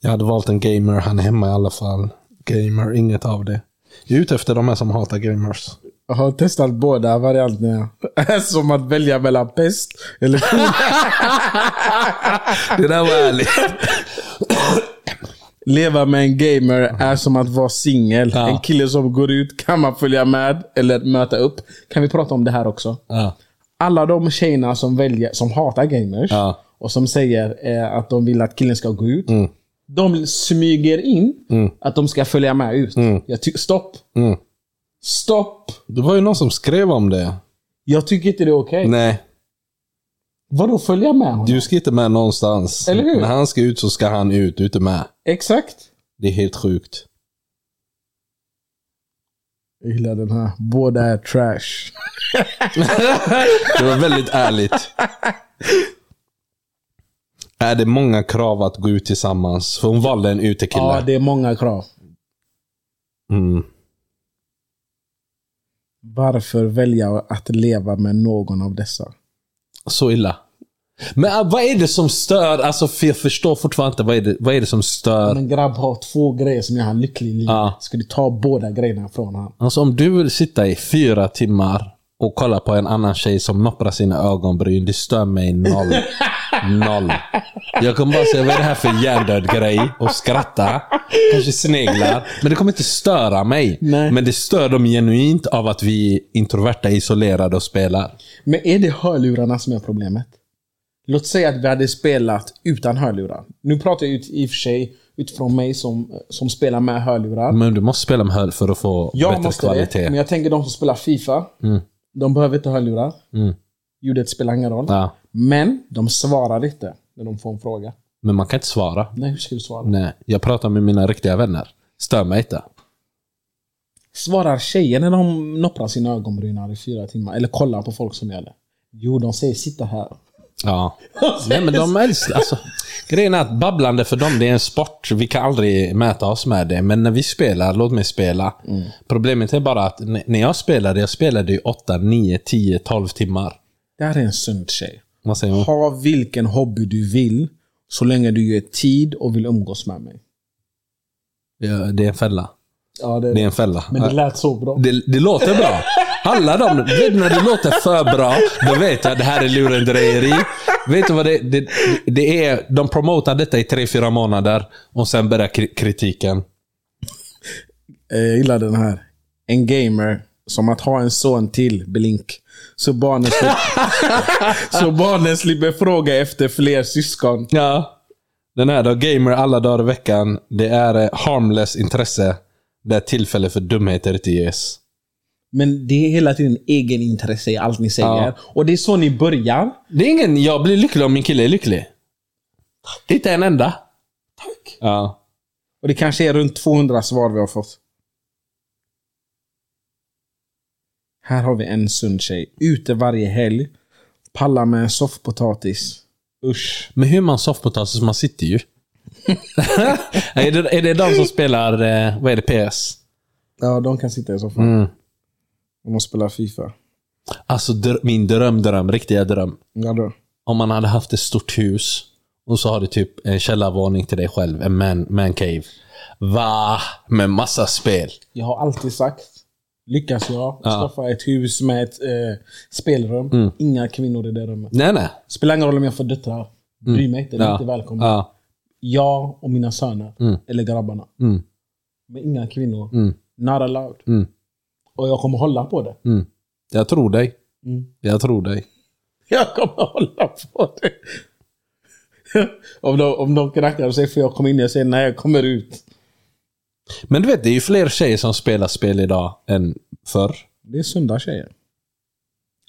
Jag hade valt en gamer. Han är hemma i alla fall. Gamer, inget av det. Jag är ute efter de här som hatar gamers. Jag har testat båda varianterna. Som att välja mellan pest eller Det där var ärligt. Leva med en gamer är som att vara singel. Ja. En kille som går ut kan man följa med eller möta upp. Kan vi prata om det här också? ja. Alla de tjejerna som, väljer, som hatar gamers Ja. och som säger eh, att de vill att killen ska gå ut. Mm. De smyger in att de ska följa med ut. Jag ty- stopp! Mm. Stopp! Det var ju någon som skrev om det. Jag tycker inte det är okej. Nej, Vadå följa med honom? du ska inte med någonstans. Eller hur? När han ska ut så ska han ut. Du är inte med. Exakt. Det är helt sjukt. Jag gillar den här. Båda är trash. Det var väldigt ärligt. Är det många krav att gå ut tillsammans? För hon valde en utekille. Ja, det är många krav. Mm. Varför välja att leva med någon av dessa? Så illa. Men äh, vad är det som stör? Alltså, för jag förstår fortfarande inte. Vad är det, vad är det som stör? Men grabb har två grejer som gör han lycklig i livet. Ja. Ska du ta båda grejerna från honom? Alltså, om du vill sitta i fyra timmar och kolla på en annan tjej som nopprar sina ögonbryn. Det stör mig noll. Noll. Jag kommer bara säga, vad är det här för hjärndöd grej? Och skratta. Kanske sneglar. Men det kommer inte störa mig. Nej. Men det stör dem genuint av att vi är introverta, isolerade och spelar. Men är det hörlurarna som är problemet? Låt säga att vi hade spelat utan hörlurar. Nu pratar jag ut, i och för sig utifrån mig som, som spelar med hörlurar. Men du måste spela med höll för att få jag Mm. bättre måste kvalitet. det, men jag tänker de som spelar Fifa. De behöver inte hörlurar. Mm. Ljudet spelar ingen roll. Ja. Men de svarar inte när de får en fråga. men man kan inte svara. Nej, hur ska du svara? Nej, jag pratar med mina riktiga vänner. Stör mig inte. Svarar tjejer när de nopprar sina ögonbryn här i fyra timmar? Eller kollar på folk som gör det? Jo, de säger sitta här. Ja. Nej, men de älskar... Alltså, grejen är att babblande för dem, det är en sport. Vi kan aldrig mäta oss med det. Men när vi spelar, låt mig spela. Problemet är bara att n- när jag spelade, jag spelade ju 8, 9, 10, 12 timmar. Det här är en sund tjej. Vad säger hon? Ha vilken hobby du vill, så länge du ger tid och vill umgås med mig. Ja, Det är en fälla. Ja, det är Det är det. en fälla. Men det lät så bra. Det, det låter bra. Alla de, vet du, när det låter för bra, då vet jag att det här är lurendrejeri. Vet du vad det, det, det är? De promotar detta i tre fyra månader och sen börjar kri- kritiken. Eh, Jag gillar den här. En gamer, som att ha en son till, blink. Så barnen, slipper, så barnen slipper fråga efter fler syskon. Ja. Den här då, gamer alla dagar i veckan. Det är eh, harmless intresse där tillfälle för dumheter inte ges. Men det är hela tiden egenintresse i allt ni säger. Ja. Och det är så ni börjar. Det är ingen, jag blir lycklig om min kille är lycklig. Inte en enda. Tack. Ja. Och det kanske är runt 200 svar vi har fått. Här har vi en sund tjej. Ute varje helg. Pallar med en soffpotatis. Usch. Men hur är man soffpotatis? Man sitter ju. är, det, är det de som spelar, eh, vad är det, PS? Ja, de kan sitta i soffan. Mm. De måste spela Fifa. Alltså dr- min drömdröm, riktiga dröm. Ja då. Om man hade haft ett stort hus och så har du typ en källarvåning till dig själv, en man, man cave. Va? Med massa spel. Jag har alltid sagt, lyckas jag skaffa ett hus med ett eh, spelrum, Mm. inga kvinnor i det rummet. Nej, nej. Spelar ingen roll om jag får döttrar. Bry mig inte, de är Mm. Ja. inte välkomna. Ja. Jag och mina söner, eller grabbarna. Mm. Men inga kvinnor. Mm. Not allowed. Mm. Och jag kommer hålla på det. Mm. Jag tror dig. Mm. Jag tror dig. Jag kommer hålla på det. om, de, om de knackar och säger får jag komma in? Jag säger nej, jag kommer ut. Men du vet, det är ju fler tjejer som spelar spel idag än förr. Det är sunda tjejer.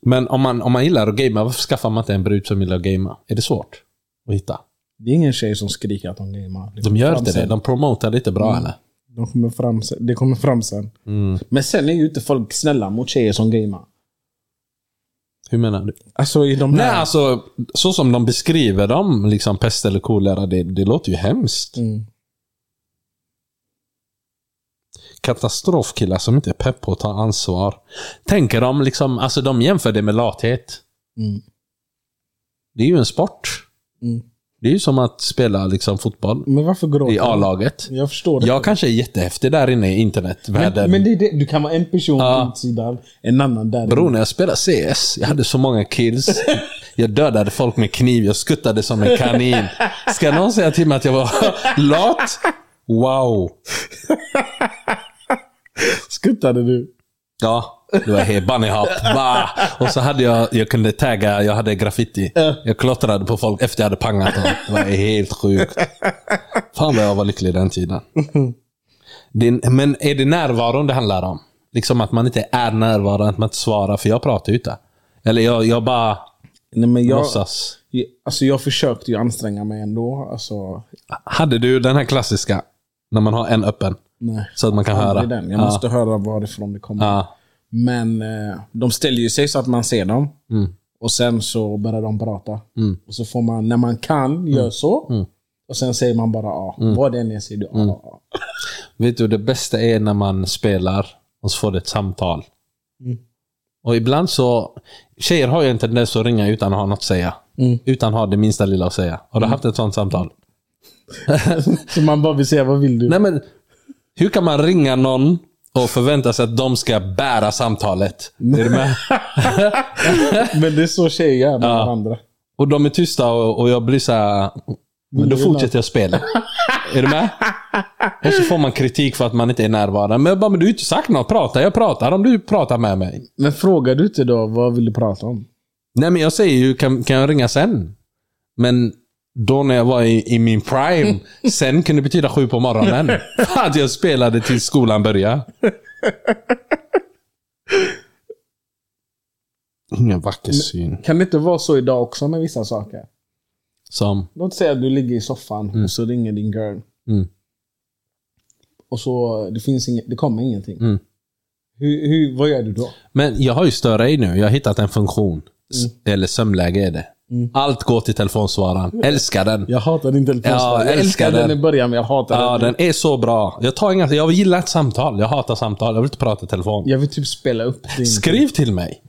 Men om man, om man gillar att gamea, varför skaffar man inte en brud som gillar att gamea? Är det svårt att hitta? Det är ingen tjej som skriker att de gamear. Det De kommer gör fram inte det. sen. De promotar lite bra Mm. eller? Mm. De kommer fram sen. Det kommer fram sen. Men sen är ju inte folk snälla mot tjejer som gamear. Hur menar du? Alltså i de Nej, här... alltså så som de beskriver dem, liksom pest eller kolera, det, det låter ju hemskt. Mm. Katastrofkillar som inte är pepp på att ta ansvar. Tänker de liksom, alltså de jämför det med lathet. Mm. Det är ju en sport. Mm. Det är ju som att spela liksom fotboll Men varför gråter i du? A-laget. Jag förstår det. Jag kanske är jättehäftig där inne i men, internetvärlden. men det är det. Du kan vara en person Ja. på utsidan, en annan där. Bror, när jag spelade CS, jag hade så många kills. Jag dödade folk med kniv, jag skuttade som en kanin. Ska någon säga till mig att jag var lat? Wow. Skuttade du? Ja, det var helt bunny hop. Va? Och så hade jag, jag kunde tagga, jag hade graffiti. Jag klottrade på folk efter jag hade pangat dem. Det var helt sjukt. Fan vad jag var lycklig den tiden. Det, men är det närvaron det handlar om? Liksom att man inte är närvarande, att man inte svarar, för jag pratar ju inte. Eller jag, jag bara Nej, men jag, låtsas. alltså, jag försökte ju anstränga mig ändå. Alltså, Hade du den här klassiska, när man har en öppen, nej. så att man kan höra? Aldrig Den. Jag måste höra varifrån det kommer. Ja. Men eh, de ställer ju sig så att man ser dem. Mm. Och sen så börjar de prata. Och så får man, när man kan, Mm. gör så. Och sen säger man bara ja. Vad det än är säger du Mm. ja. ja. Vet du, det bästa är när man spelar och så får du ett samtal. Och ibland så, tjejer har ju en tendens att ringa utan att ha något att säga. Utan att ha det minsta lilla att säga. Har du haft ett sånt samtal? Så man bara vill säga, vad vill du? Nej men, hur kan man ringa någon och förvänta sig att de ska bära samtalet? Är du med? Men det är så tjejer gör med varandra. Och de är tysta och, och jag blir så här, men då du fortsätter jag spela. är du med? Och så får man kritik för att man inte är närvarande. Men jag bara, men du har ju inte sagt något. Prata, jag pratar om du pratar med mig. Men frågar du inte då, vad vill du prata om? Nej men jag säger ju, kan, kan jag ringa sen? Men då när jag var i, i min prime, sen kunde det betyda sju på morgonen. Att jag spelade tills skolan började. Ingen vacker syn. Kan det inte vara så idag också med vissa saker? Som, Låt säga att du ligger i soffan och så ringer din girl. Mm. Och så det, finns inget, det kommer ingenting. Mm. Hur, hur, vad gör du då? Men jag har ju större i nu. Jag har hittat en funktion. S- Eller sömnläge är det. Allt går till telefonsvararen. Älskar den. Jag hatar din telefon. Ja, jag jag älskar älskar den den. i början, men jag hatar Ja, den. den är så bra. Jag, tar inga, jag gillar ett samtal. Jag hatar samtal. Jag vill inte prata i telefon. Jag vill typ spela upp din... Skriv till mig.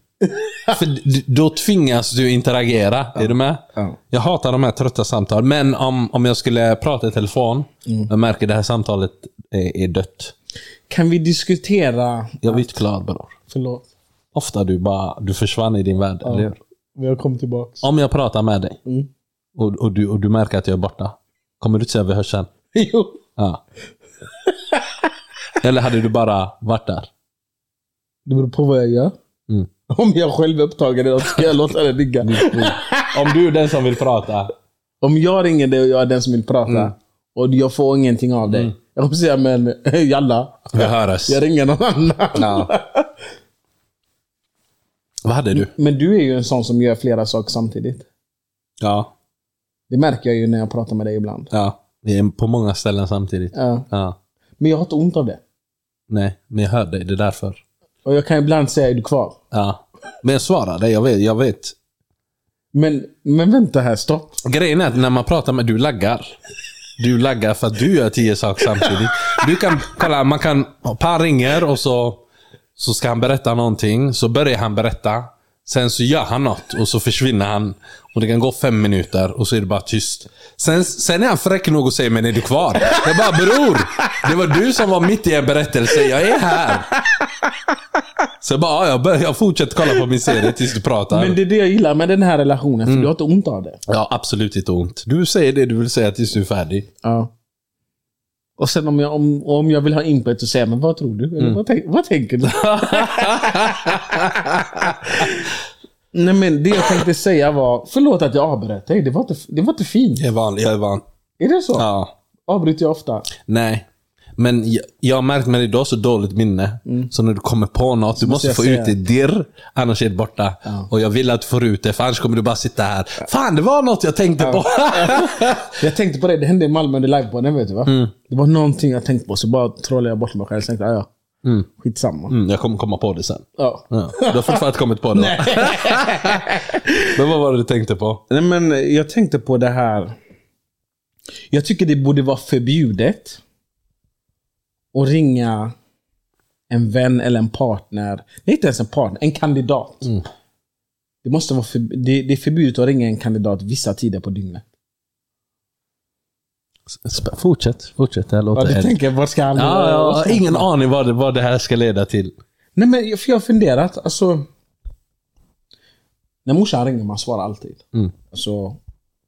För d- då tvingas du interagera. Är du med? Ja. Jag Mm. hatar de här trötta samtalen. Men om, om jag skulle prata i telefon, jag märker det här samtalet är, är dött. Kan vi diskutera... Jag är inte klar bror. Förlåt. Ofta du bara, du försvann i din värld, eller hur? Vi har kommit tillbaka. Om jag pratar med dig Mm. och, och, du, och du märker att jag är borta, kommer du inte säga vi hörs sen? Jo. Ja. Eller hade du bara varit där? Det beror på vad jag gör. Mm. Om jag själv är upptagen eller ska jag låta det ligga. Om du är den som vill prata. Om jag ringer dig och jag är den som vill prata och jag får ingenting av dig. Jag kommer säga, men jalla. Vi hörs. Jag ringer någon annan. Ja. Vad hade du? Men du är ju en sån som gör flera saker samtidigt. Ja. Det märker jag ju när jag pratar med dig ibland. ja. Vi är på många ställen samtidigt. Ja. Ja. Men jag har inte ont av det. Nej, men jag hör dig. Det är därför. Och jag kan ibland säga, är du kvar? Ja. Men jag svarar dig. Jag vet, jag vet. Men, men vänta här, stopp. Grejen är att när man pratar med du laggar. Du laggar för att du gör tio saker samtidigt. Du kan, kolla, man kan, Per ringer och så, så ska han berätta någonting. Så börjar han berätta. Sen så gör han något och så försvinner han. Och det kan gå fem minuter och så är det bara tyst. Sen, sen är han fräck nog och säger men är du kvar? Jag bara bror! Det var du som var mitt i en berättelse, jag är här! Så jag bara, "Ja, jag, bör, jag fortsätter kolla på min serie tills du pratar. Men det är det jag gillar med den här relationen, för du har inte ont av det. Ja, absolut inte ont. Du säger det du vill säga tills du är färdig. Ja. Och sen om jag, om, om jag vill ha input och säga, men vad tror du? Eller vad, tänk, vad tänker du? Nej men det jag tänkte säga var, förlåt att jag avbröt dig. Det var inte, det var inte fint. Jag är van. Jag är van. Är det så? Ja. Avbryter jag ofta? Nej. Men jag, jag har märkt med dig, du har så dåligt minne. Så när du kommer på något, du Mm. måste jag få säga. ut det dirr. Annars är det borta. Och jag vill att du får ut det, för annars kommer du bara sitta här. Fan, det var något jag tänkte på. Jag tänkte på det, det hände i Malmö under livepodden, vet du va? Det var någonting jag tänkte på, så bara trollade jag bort mig själv. Så tänkte, jag, ja, ja. Skitsamma. mm, jag kommer komma på det sen. Ja. Ja. Du har fortfarande inte kommit på det va? Men vad var det du tänkte på? Nej, men jag tänkte på det här. Jag tycker det borde vara förbjudet att ringa en vän eller en partner. Nej, inte ens en partner. En kandidat. Det, måste vara för, det, det är förbjudet att ringa en kandidat vissa tider på dygnet. Sp- Fortsätt, fortsätt. Jag Ja, låter du Ed. tänker, vart ska han... Ja, jag har ingen aning vad det, vad det här ska leda till. Nej, men jag- för jag har funderat. Alltså, när morsan ringer, man svarar alltid. Mm. Alltså,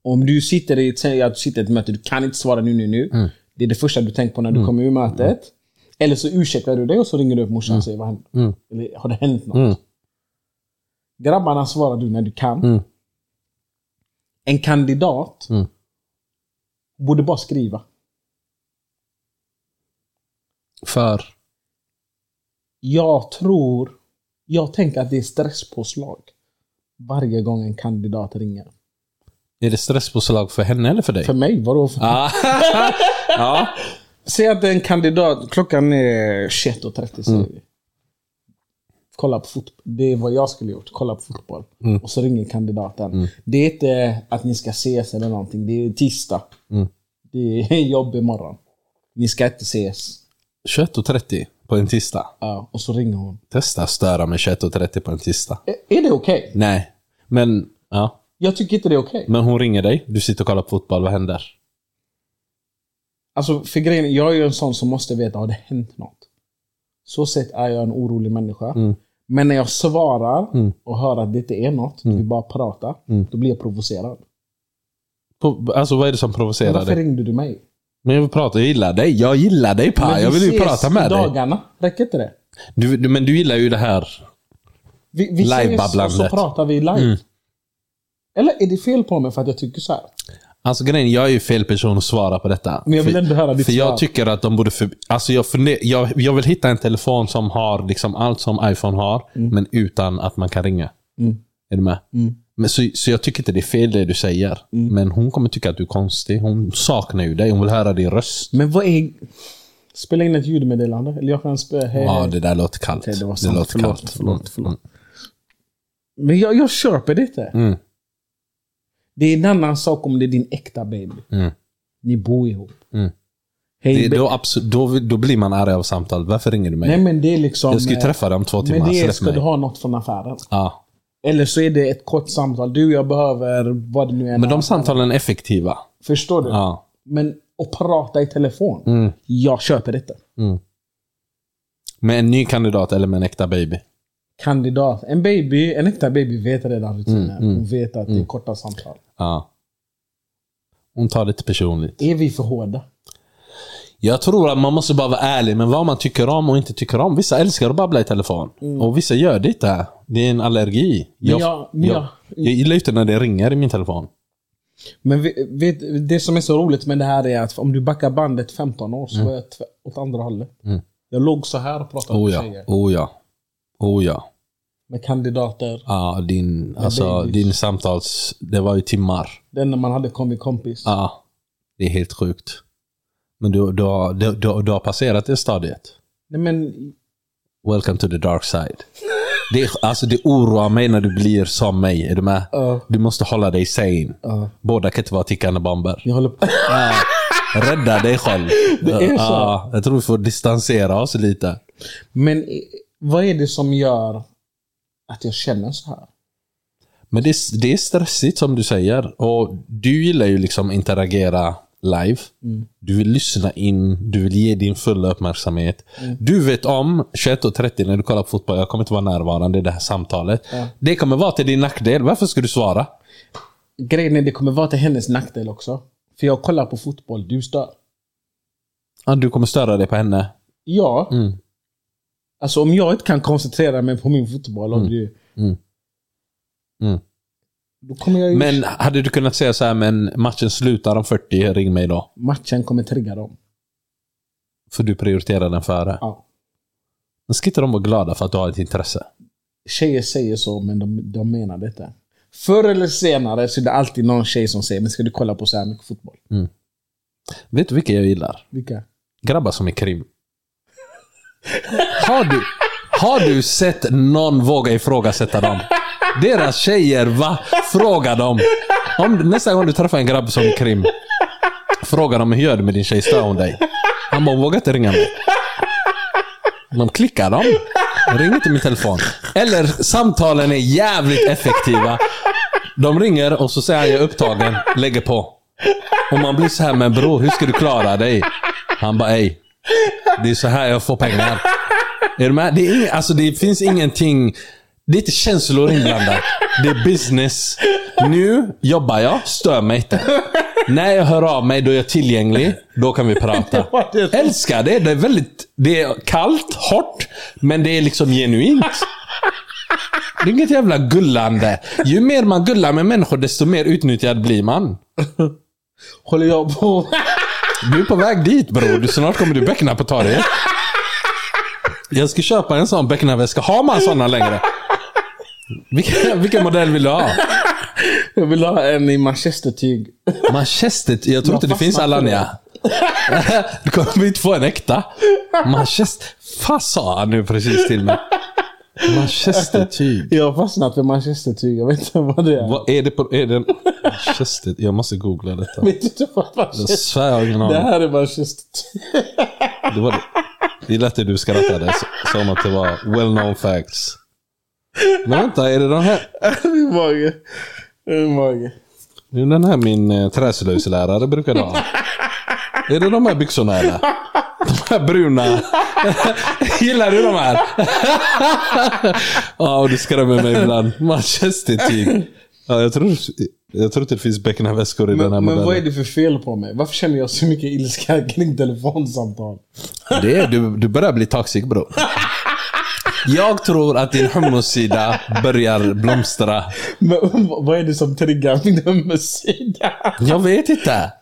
om du sitter i ett, säg att du sitter i ett möte, du kan inte svara nu, nu, nu. Mm. Det är det första du tänker på när du kommer ur mötet. Eller så ursäktar du dig och så ringer du upp morsan och säger vad händer? Mm. Eller har det hänt något? Mm. Grabbarna svarar du när du kan. Mm. En kandidat Mm. borde bara skriva. För? Jag tror, jag tänker att det är stresspåslag varje gång en kandidat ringer. Är det stresspåslag för henne eller för dig? För mig, vadå? För... Ah. ja. Säg att det är en kandidat, klockan är 21.30 säger vi. Kolla på fotboll. Det är vad jag skulle gjort. Kolla på fotboll. Och så ringer kandidaten. Det är inte att ni ska ses eller någonting. Det är tisdag. Mm. Det är jobb imorgon. Ni ska inte ses. 21.30 på en tisdag. Ja, och så ringer hon. Testa att störa med 21.30 på en tisdag. Är, är det okej? Nej. Men, ja. Jag tycker inte det är okej. Men hon ringer dig. Du sitter och kollar på fotboll. Vad händer? Alltså, för grejen, är, jag är ju en sån som måste veta, har det hänt något? Så sett är jag en orolig människa. Mm. Men när jag svarar Mm. och hör att det inte är något, vi bara pratar, Mm. då blir jag provocerad. På, alltså vad är det som provocerar Varför dig? ringde du mig? Men jag vill prata. Jag gillar dig. Jag gillar dig Pa. Men Jag vi vill ju ses prata med dig. dagarna. Räcker inte det? Du, du, men du gillar ju det här. Vi, vi ses och så Livebabblandet. Mm. pratar vi live. Eller är det fel på mig för att jag tycker så här? Alltså grejen jag är ju fel person att svara på detta. Men jag vill För- ändå höra ditt För svar. jag tycker att de borde... För, alltså jag, funder, jag, jag vill hitta en telefon som har liksom allt som iPhone har, men utan att man kan ringa. Mm. Är du med? Men så, så jag tycker inte det är fel det du säger. Mm. Men hon kommer tycka att du är konstig. Hon saknar ju dig. Hon vill höra din röst. Men vad är... Spela in ett ljudmeddelande. Eller jag kan spela... Hej, Ja, hej. det där låter kallt. Det var sant. låter Förlåt, kallt. förlåt, förlåt. Mm. Men jag, jag köper det inte. Mm. Det är en annan sak om det är din äkta baby. Mm. Ni bor ihop. Mm. Det, Hej, är ba- då, absolut, då, då blir man arg av samtal. Varför ringer du mig? Nej men det är liksom... jag ska ju eh, träffa dig om två timmar. Med det Släpp ska mig. du ha något från affären. ja. Eller så är det ett kort samtal. Du, jag behöver vad det nu är. Men de samtalen är effektiva. Förstår du? Ja. Mm. Men och prata i telefon. Jag köper detta. Med en ny kandidat eller med en äkta baby? Kandidat. En baby, en äkta baby vet redan Mm, rutiner. Hon vet att det är korta samtal. Ja. Hon tar det lite personligt. Är vi för hårda? Jag tror att man måste bara vara ärlig med vad man tycker om och inte tycker om. Vissa älskar att babbla i telefon. Och vissa gör det inte. Det är en allergi. Mm. Men jag- men jag, jag- jag gillar ju inte när det ringer i min telefon. Men vi- vet, det som är så roligt med det här är att om du backar bandet 15 år så var jag tv- åt andra hållet. Jag låg så här och pratade Mm. Oh med ja. tjejer. Oh ja. Oh ja. Med kandidater. Ja, din, alltså, babies. din samtals... Det var ju timmar. Den när man hade kommit kompis. Ja. Det är helt sjukt. Men du, du, har, du, du, du har passerat det stadiet. Nej, men, Welcome to the dark side. Det, alltså, det oroar mig när du blir som mig. Är du med? Ja. Du måste hålla dig sane. ja, Båda kan inte vara tickande bomber. jag håller på. Rädda dig själv. Det är så. Ja, jag tror vi får distansera oss lite. Men eh, vad är det som gör att jag känner så här? Men det, är- det är stressigt som du säger. Och Du gillar ju liksom interagera live. Mm. Du vill lyssna in, du vill ge din fulla uppmärksamhet. Mm. Du vet om 21.30 när du kollar på fotboll, jag kommer inte vara närvarande i det här samtalet. Det kommer vara till din nackdel. Varför ska du svara? Grejen är det kommer vara till hennes nackdel också. För jag kollar på fotboll, du stör. Ja, du kommer störa dig på henne. Ja. Mm. Alltså om jag inte kan koncentrera mig på min fotboll, om du... Mm. Mm. Då kommer jag ju... Men hade du kunnat säga så här, men matchen slutar om 40, ring mig då. Matchen kommer trigga dem. För du prioriterar den före. Ja. Men ska inte de vara glada för att du har ett intresse? Tjejer säger så, men de, de menar detta. Förr eller senare så är det alltid någon tjej som säger men ska du kolla på så här mycket fotboll? Vet du vilka jag gillar? Vilka? Grabbar som är krim. Har du, har du sett någon våga ifrågasätta dem? Deras tjejer, va? Fråga dem. Om, nästa gång du träffar en grabb som är krim, fråga dem hur gör du med din tjej? Stör hon dig? Han bara, vågar inte ringa mig. De klickar dem. Ring inte min telefon. Eller samtalen är jävligt effektiva. De ringer och så säger han jag är upptagen, lägger på. Och man blir så här, men bror hur ska du klara dig? Han bara, ej. Det är så här jag får pengar. Är du med? Det, är ing, alltså det finns ingenting... Det är inte känslor inblandat. Det är business. Nu jobbar jag, stör mig inte. När jag hör av mig, då är jag tillgänglig. Då kan vi prata. Älskar det. Det är väldigt... Det är kallt, hårt, men det är liksom genuint. Det är inget jävla gullande. Ju mer man gullar med människor, desto mer utnyttjad blir man. Håller jag på... Du är på väg dit bror. Du- Snart kommer du beckna på torget. Jag ska köpa en sån becknarväska. Har man såna längre? Vilken, vilken modell vill du ha? jag vill ha en i manchestertyg. Manchester. Jag tror Jag inte det fastnar finns för Alanya. Du kommer inte få en äkta. Manchester. Fan sa han nu precis till mig? Manchester-tyg. Jag har fastnat för manchestertyg, jag vet inte vad det är. Vad är det på... Är det en, Manchester. Jag måste googla detta. Vet inte vad Jag manchester... svär jag har ingen aning. Det här är manchestertyg. Det, var, det är lätt att du skrattade s- som att det var well known facts. Men vänta, är det den här, Min mage. Min mage. det är den här min eh, träslöjdslärare brukade ha? Är det de här byxorna eller? De här bruna. Gillar du de här? Ja, och du skrämmer mig ibland. Manchester-tyg. Ja, jag tror, jag tror inte det finns bäckenväskor i den här Men, men modellen. vad är det för fel på mig? Varför känner jag så mycket ilska kring telefonsamtal? Det är, du, du börjar bli toxic bro. Jag tror att din homosida börjar blomstra. Men, vad är det som triggar min ömsesida? Jag vet inte.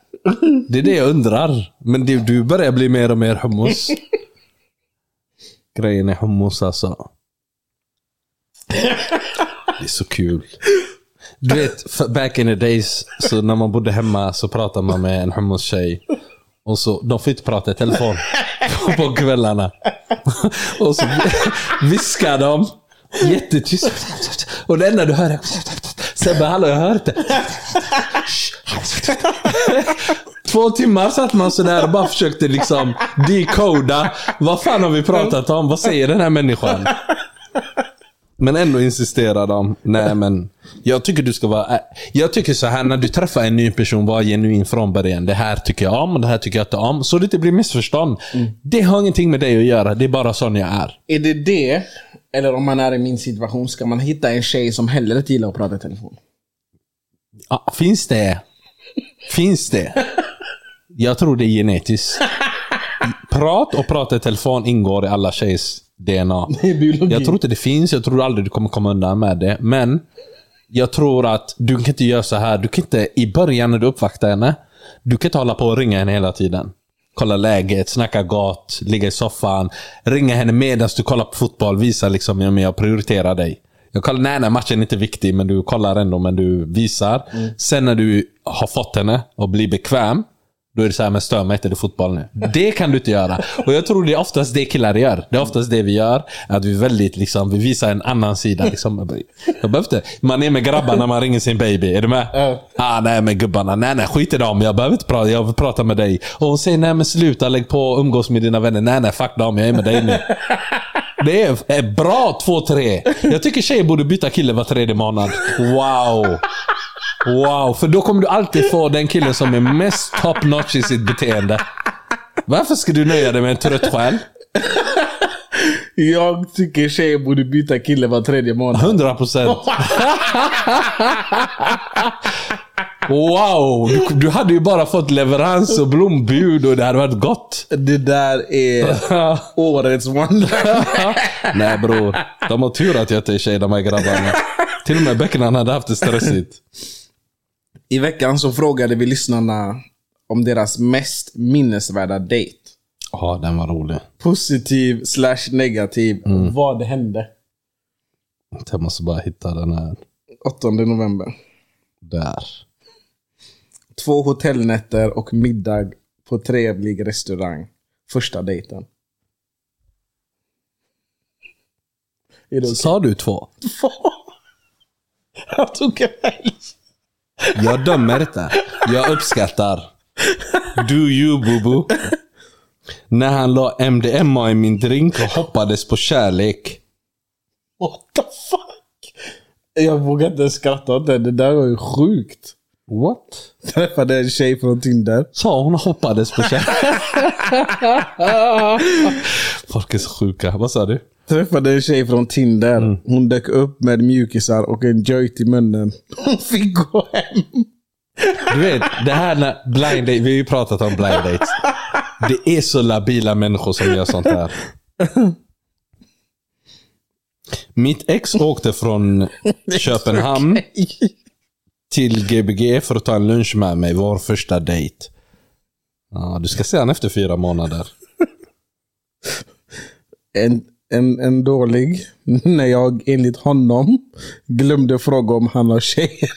Det är det jag undrar. Men du, du börjar bli mer och mer hummus. Grejen är hummus alltså. Det är så kul. Du vet, för- back in the days, så när man bodde hemma så pratade man med en hummus-tjej. Och så, de får inte prata i telefon på- på kvällarna. Och så viskar de jättetyst. Och det enda du hör är Sebbe, hallå jag hör inte. Två timmar satt man sådär och bara försökte liksom decoda. Vad fan har vi pratat om? Vad säger den här människan? Men ändå insisterar de. Nej men, jag tycker du ska vara... ä- Jag tycker så här när du träffar en ny person, var genuin från början. Det här tycker jag om och det här tycker jag inte om. Så det inte blir missförstånd. Det har ingenting med dig att göra. Det är bara sån jag är. Är det det, eller om man är i min situation, ska man hitta en tjej som heller inte gillar att prata i telefon? Ja, finns det? Finns det? Jag tror det är genetiskt. Prat och prata i telefon ingår i alla tjejers DNA. Det är biologi. Jag tror inte det finns, jag tror aldrig du kommer komma undan med det. Men jag tror att du kan inte göra så här. Du kan inte, i början när du uppvaktar henne, du kan inte hålla på och ringa henne hela tiden. Kolla läget, snacka gott, ligga i soffan. Ringa henne medan du kollar på fotboll, visa liksom, ja, men jag prioriterar dig. Jag kollar, nej, nej, matchen är inte viktig, men du kollar ändå, men du visar. Sen när du har fått henne och blir bekväm, då är det så här, men stör mig inte, det är fotboll nu. Det kan du inte göra. Och jag tror det är oftast det killar gör. Det är oftast det vi gör. Att vi väldigt liksom, vi visar en annan sida. Liksom. Jag behöver inte. Man är med grabbarna när man ringer sin baby. Är du med? Ja. Ah, nej men gubbarna, nej nej skit i dem. Jag behöver inte prata, jag vill prata med dig. Och hon säger, nej men sluta, lägg på och umgås med dina vänner. Nej nej, fuck dem, jag är med dig nu. Det är är bra två, tre. Jag tycker tjejer borde byta kille var tredje månad. Wow. Wow, för då kommer du alltid få den killen som är mest top notch i sitt beteende. Varför ska du nöja dig med en trött själ? Jag tycker tjejer borde byta kille var tredje månad. 100 procent. Wow, du, du hade ju bara fått leverans och blombud och det hade varit gott. Det där är årets one Nej bror, de har tur att jag inte är tjej de här grabbarna. Till och med Beckenan hade haft det stressigt. I veckan så frågade vi lyssnarna om deras mest minnesvärda dejt. Ja, den var rolig. Positiv slash negativ. Vad hände? Jag måste bara hitta den här. 8 november. Där. Två hotellnätter och middag på trevlig restaurang. Första dejten. Är det Sa du två? så? Jag tog en helg. Jag dömer inte. Jag uppskattar. Do you bubu. När han la MDMA i min drink och hoppades på kärlek. What the fuck? Jag vågar inte ens skratta åt det. Det där var ju sjukt. What? Träffade en tjej från Tinder. Sa hon hoppades på kärlek? Folk är så sjuka. Vad sa du? Träffade en tjej från Tinder. Mm. Hon dök upp med mjukisar och en joint i munnen. Hon fick gå hem. Du vet, det här när blind date, vi har ju pratat om blind dates. Det är så labila människor som gör sånt här. Mitt ex åkte från Köpenhamn till Gbg för att ta en lunch med mig, vår första dejt. Ja, du ska se han efter fyra månader. En, en, en dålig. När jag enligt honom glömde fråga om han har tjej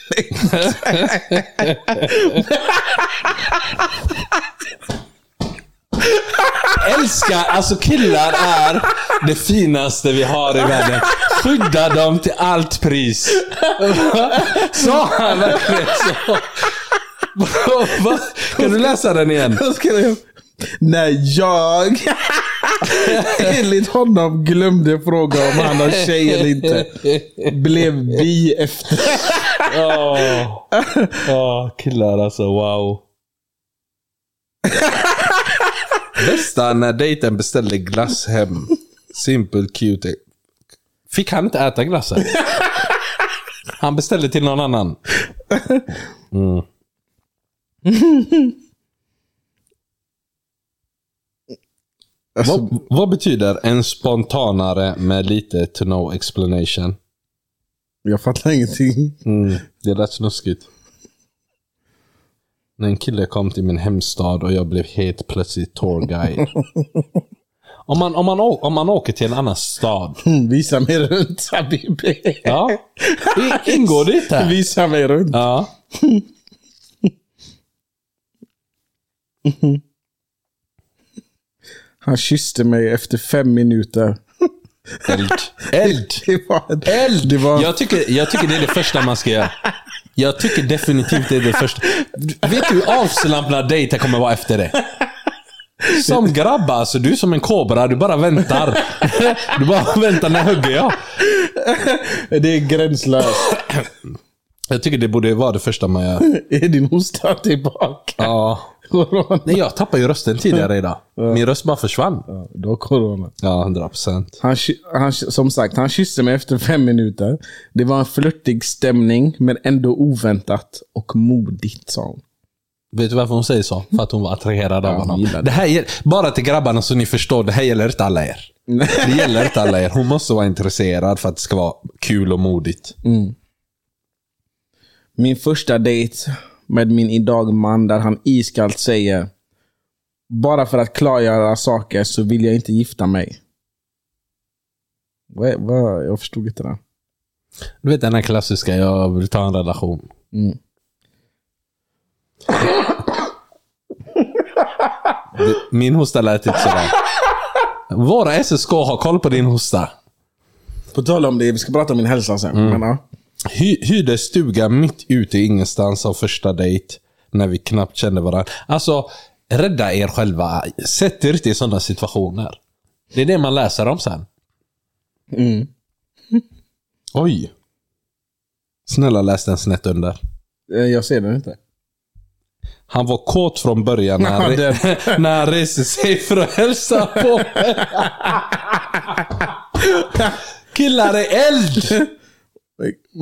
eller inte. Älskar, alltså killar är det finaste vi har i världen. Skydda dem till allt pris. Sa han verkligen så? Va? Kan du läsa den igen? Jag skrev, När jag enligt honom glömde fråga om han har tjej eller inte. Blev bi efter. Åh, åh, killar alltså, wow. Bästa när dejten beställde glass hem. Simple cute. Fick han inte äta glassen? Han beställde till någon annan. Alltså, Vad, vad betyder en spontanare med lite to no explanation? jag fattar ingenting. Det lät snuskigt. När en kille kom till min hemstad och jag blev helt plötsligt tourguide. om, man, om, man, å- om man åker till en annan stad. Visa mig runt Habibi. Ja. I- Ingår det inte? Visa mig runt. Ja. Han kysste mig efter fem minuter. Eld. Eld. Det var en... Eld! Det var- jag, tycker, jag tycker det är det första man ska göra. Jag tycker definitivt det är det första. Vet du hur avslappnad dejten kommer vara efter det? Som grabb alltså. Du är som en kobra. Du bara väntar. Du bara väntar, när hugger jag? Det är gränslöst. Jag tycker det borde vara det första man gör. Är din hosta tillbaka? Ja. Corona. Nej, jag tappade ju rösten tidigare idag. Min röst bara försvann. Ja, Du har corona. Ja, 100 procent. Han, ky- han, som sagt, han kysste mig efter fem minuter. Det var en flörtig stämning, men ändå oväntat och modigt, sa hon. Vet du varför hon säger så? För att hon var attraherad av hon honom. gillar det. Det här gäll- bara till grabbarna så ni förstår, det här gäller inte alla er. Det gäller inte alla er. Hon måste vara intresserad för att det ska vara kul och modigt. Mm. Min första dejt med min idag man där han iskallt säger Bara för att klargöra saker så vill jag inte gifta mig. Vad? vad? Jag förstod inte det. Du vet den här klassiska, jag vill ta en relation. Mm. Det- Min hosta lät inte sådär. Våra SSK har koll på din hosta. På tal om det, vi ska prata om min hälsa sen. Men, ja. Hy- hyrde stuga mitt ute i ingenstans av första dejt. När vi knappt kände varandra. Alltså, rädda er själva. Sätt er inte i sådana situationer. Det är det man läser om sen. Mm. Oj. Snälla läs den snett under. Eh, Jag ser den inte. Han var kåt från början när, han, Ja, re- när han reser sig för att hälsa på mig. Killar är eld!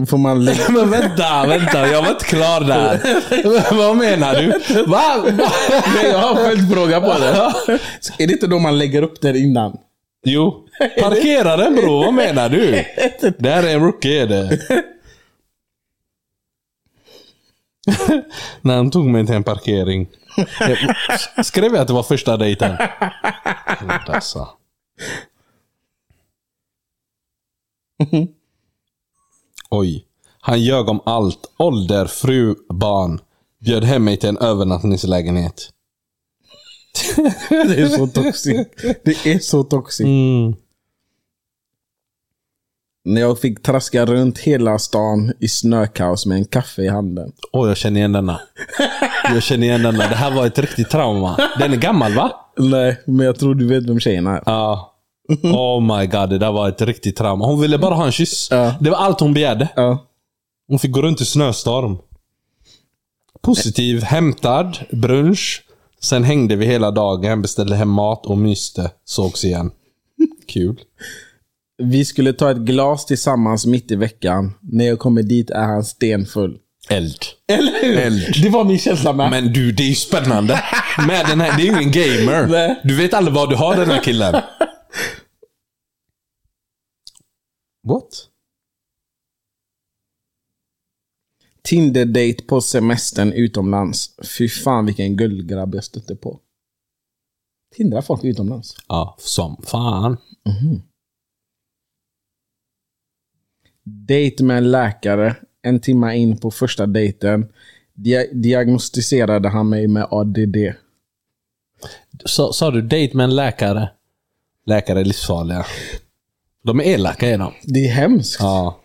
Får man lägga... Men vänta, vänta. Jag var inte klar där. Vad menar du? Va? Va? Nej, jag har en följdfråga på det. Är det inte då man lägger upp den innan? Jo. Parkera den bror, vad menar du? Det här är en rookie är det. När han tog mig till en parkering. Jag- Skrev jag att det var första dejten? Gud, Alltså. Oj. Han ljög om allt. Ålder, fru, barn. Bjöd hem mig till en övernattningslägenhet. Det är så toxic. Det är så toxic. När jag fick traska runt hela stan i snökaos med en kaffe i handen. Åh, jag känner igen denna. Jag känner igen denna. Det här var ett riktigt trauma. Den är gammal va? Nej, men jag tror du vet vem tjejen är. Ja. Oh my god, det där var ett riktigt trauma. Hon ville bara ha en kyss. Ja. Det var allt hon begärde. Ja. Hon fick gå runt i snöstorm. Positiv, hämtad, brunch. Sen hängde vi hela dagen, beställde hem mat och myste. Sågs igen. Kul. Vi skulle ta ett glas tillsammans mitt i veckan. När jag kommer dit är han stenfull. Eld. Eller hur? Eld. Det var min känsla med. Men du, det är ju spännande. Med den här, det är ju ingen gamer. Nej. Du vet aldrig vad du har den här killen. What? Tinder-date på semestern utomlands. Fy fan vilken guldgrabb jag stötte på. Tindrar folk utomlands? Ja, som fan. Date med en läkare. En timme in på första dejten dia- diagnostiserade han mig med ADD. Sa, sa du dejt med en läkare? Läkare är livsfarliga. De är elaka är de. Det är hemskt. Ja.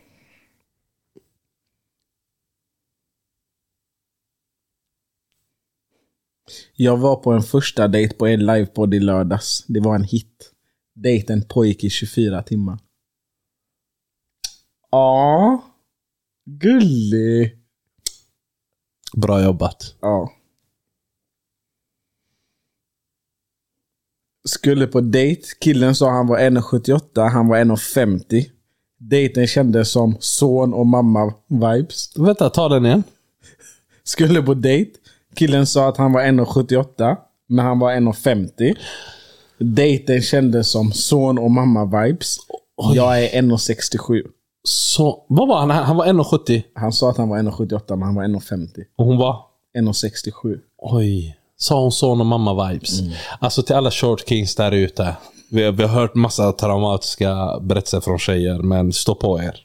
Jag var på en första dejt på er livepodd i lördags. Det var en hit. Dejten pågick i 24 timmar. Ja. Gullig. Bra jobbat. Ja. Skulle på dejt. Killen sa han var 1,78. Han var 1,50. Dejten kändes som son och mamma vibes. Vänta, ta den igen. Skulle på dejt. Killen sa att han var 1,78. Men han var 1,50. Dejten kändes som son och mamma vibes. Jag är 1,67. Så, vad var han? Han var 1,70 Han sa att han var 1,78 men han var 1,50. och hon var 1,67. Oj. Sa hon son och mamma-vibes? Alltså till alla short kings där ute. Vi har, vi har hört massa traumatiska berättelser från tjejer, men stå på er.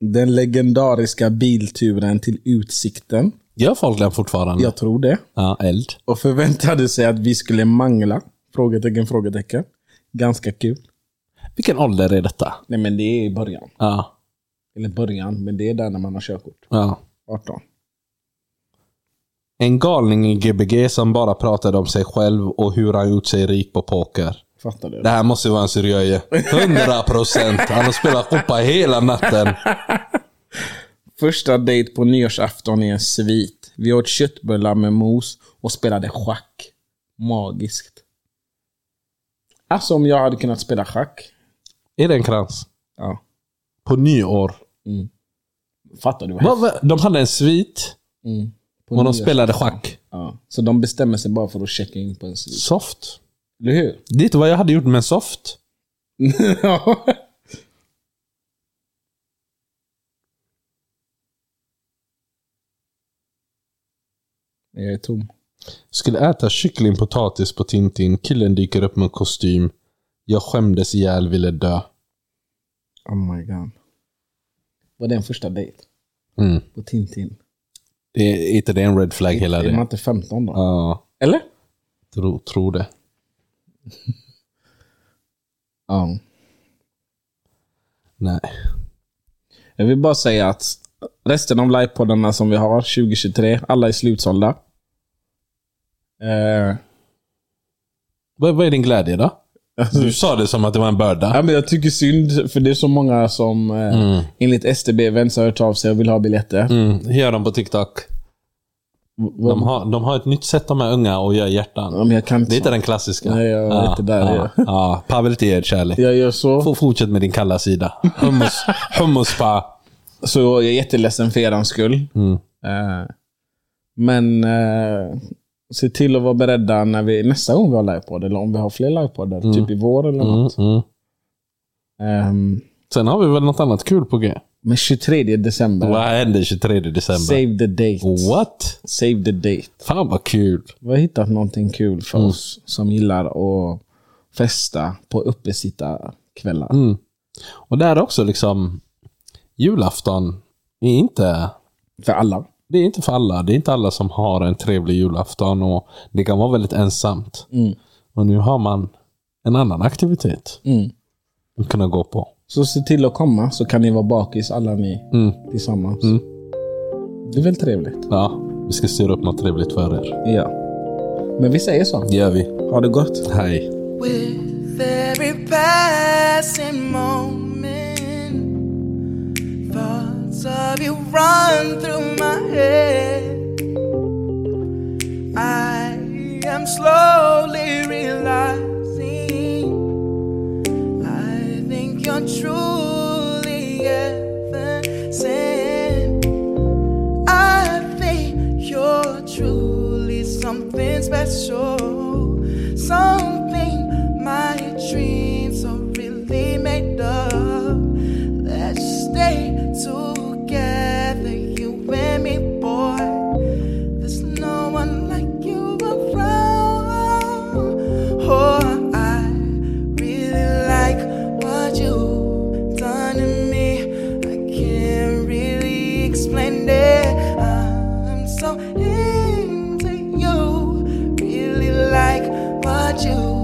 Den legendariska bilturen till Utsikten. Gör folk den fortfarande? Jag tror det. Ja, eld. Och förväntade sig att vi skulle mangla. Frågetecken, frågetecken. Ganska kul. Vilken ålder är detta? Nej men det är i början. Ja. Eller början, men det är där när man har körkort. ja. 18. En galning i Gbg som bara pratade om sig själv och hur han gjort sig rik på poker. Fattar du? Det här måste ju vara en Syrieje. 100 procent. Han har spelat koppa hela natten. Första dejt på nyårsafton i en svit. Vi åt köttbullar med mos och spelade schack. Magiskt. Alltså om jag hade kunnat spela schack. Är det en krans? Ja. På nyår. Fattar du? Vad var- De hade en svit Mm. På och de nyårs- spelade schack. Ja. Så de bestämmer sig bara för att checka in på en svit. Soft. Eller hur? Det är inte vad jag hade gjort med soft. Ja. Jag är tom. Skulle äta kycklingpotatis på Tintin. Killen dyker upp med kostym. Jag skämdes ihjäl, ville dö. Oh my god. Var det en första dejt? Mm. På Tintin? Det är inte det en red flag hela Är man det? inte 15 då? Ja, Eller? tro, tro det. Ja. Nej. Jag vill bara säga att resten av livepoddarna som vi har 2023, alla är slutsålda. Eh, Vad, vad är din glädje då? Alltså- Du sa det som att det var en börda. ja, men jag tycker synd, för det är så många som eh, Mm. enligt STB Events har hört av sig och vill ha biljetter. Mm. Hur gör de på TikTok? V- vad- De har, de har ett nytt sätt de här unga och göra hjärtan. Ja, men jag kan inte Det är inte den klassiska. Nej, jag är inte där, Ja, ja. Pavel till er kärlek. Jag gör så. F- Fortsätt med din kalla sida. Hummus, hummus pa. Så jag är jätteledsen för er skull. Mm. Eh, men eh, se till att vara beredda när vi, nästa gång vi har livepodd, eller om vi har fler livepoddar. Typ i vår eller Mm, något. mm. Ehm, Sen har vi väl något annat kul på g? Eh, men 23 december. Vad händer 23 december? Save the date. What? Save the date. Fan vad kul. Vi har hittat någonting kul för oss som gillar att festa på uppesittarkvällar. Mm. Och där också liksom, julafton är inte För alla. det är inte för alla. Det är inte alla som har en trevlig julafton och det kan vara väldigt ensamt. Mm. Och nu har man en annan aktivitet Mm. att kunna gå på. Så se till att komma så kan ni vara bakis alla ni Mm. tillsammans. Mm. Det är väl trevligt? Ja, vi ska styra upp något trevligt för er. Ja. Men vi säger så. Det gör vi. Ha det gott. Hej. with every passing moment. Thoughts of you run through my head. I am slowly realizing I think you're truly heaven sent. I think you're truly something special, something my dreams are really made of. Let's stay together, you and me, boy. There's no one like you around. Oh, I really like what you done to me. I can't really explain it. I'm so into you. Really like what you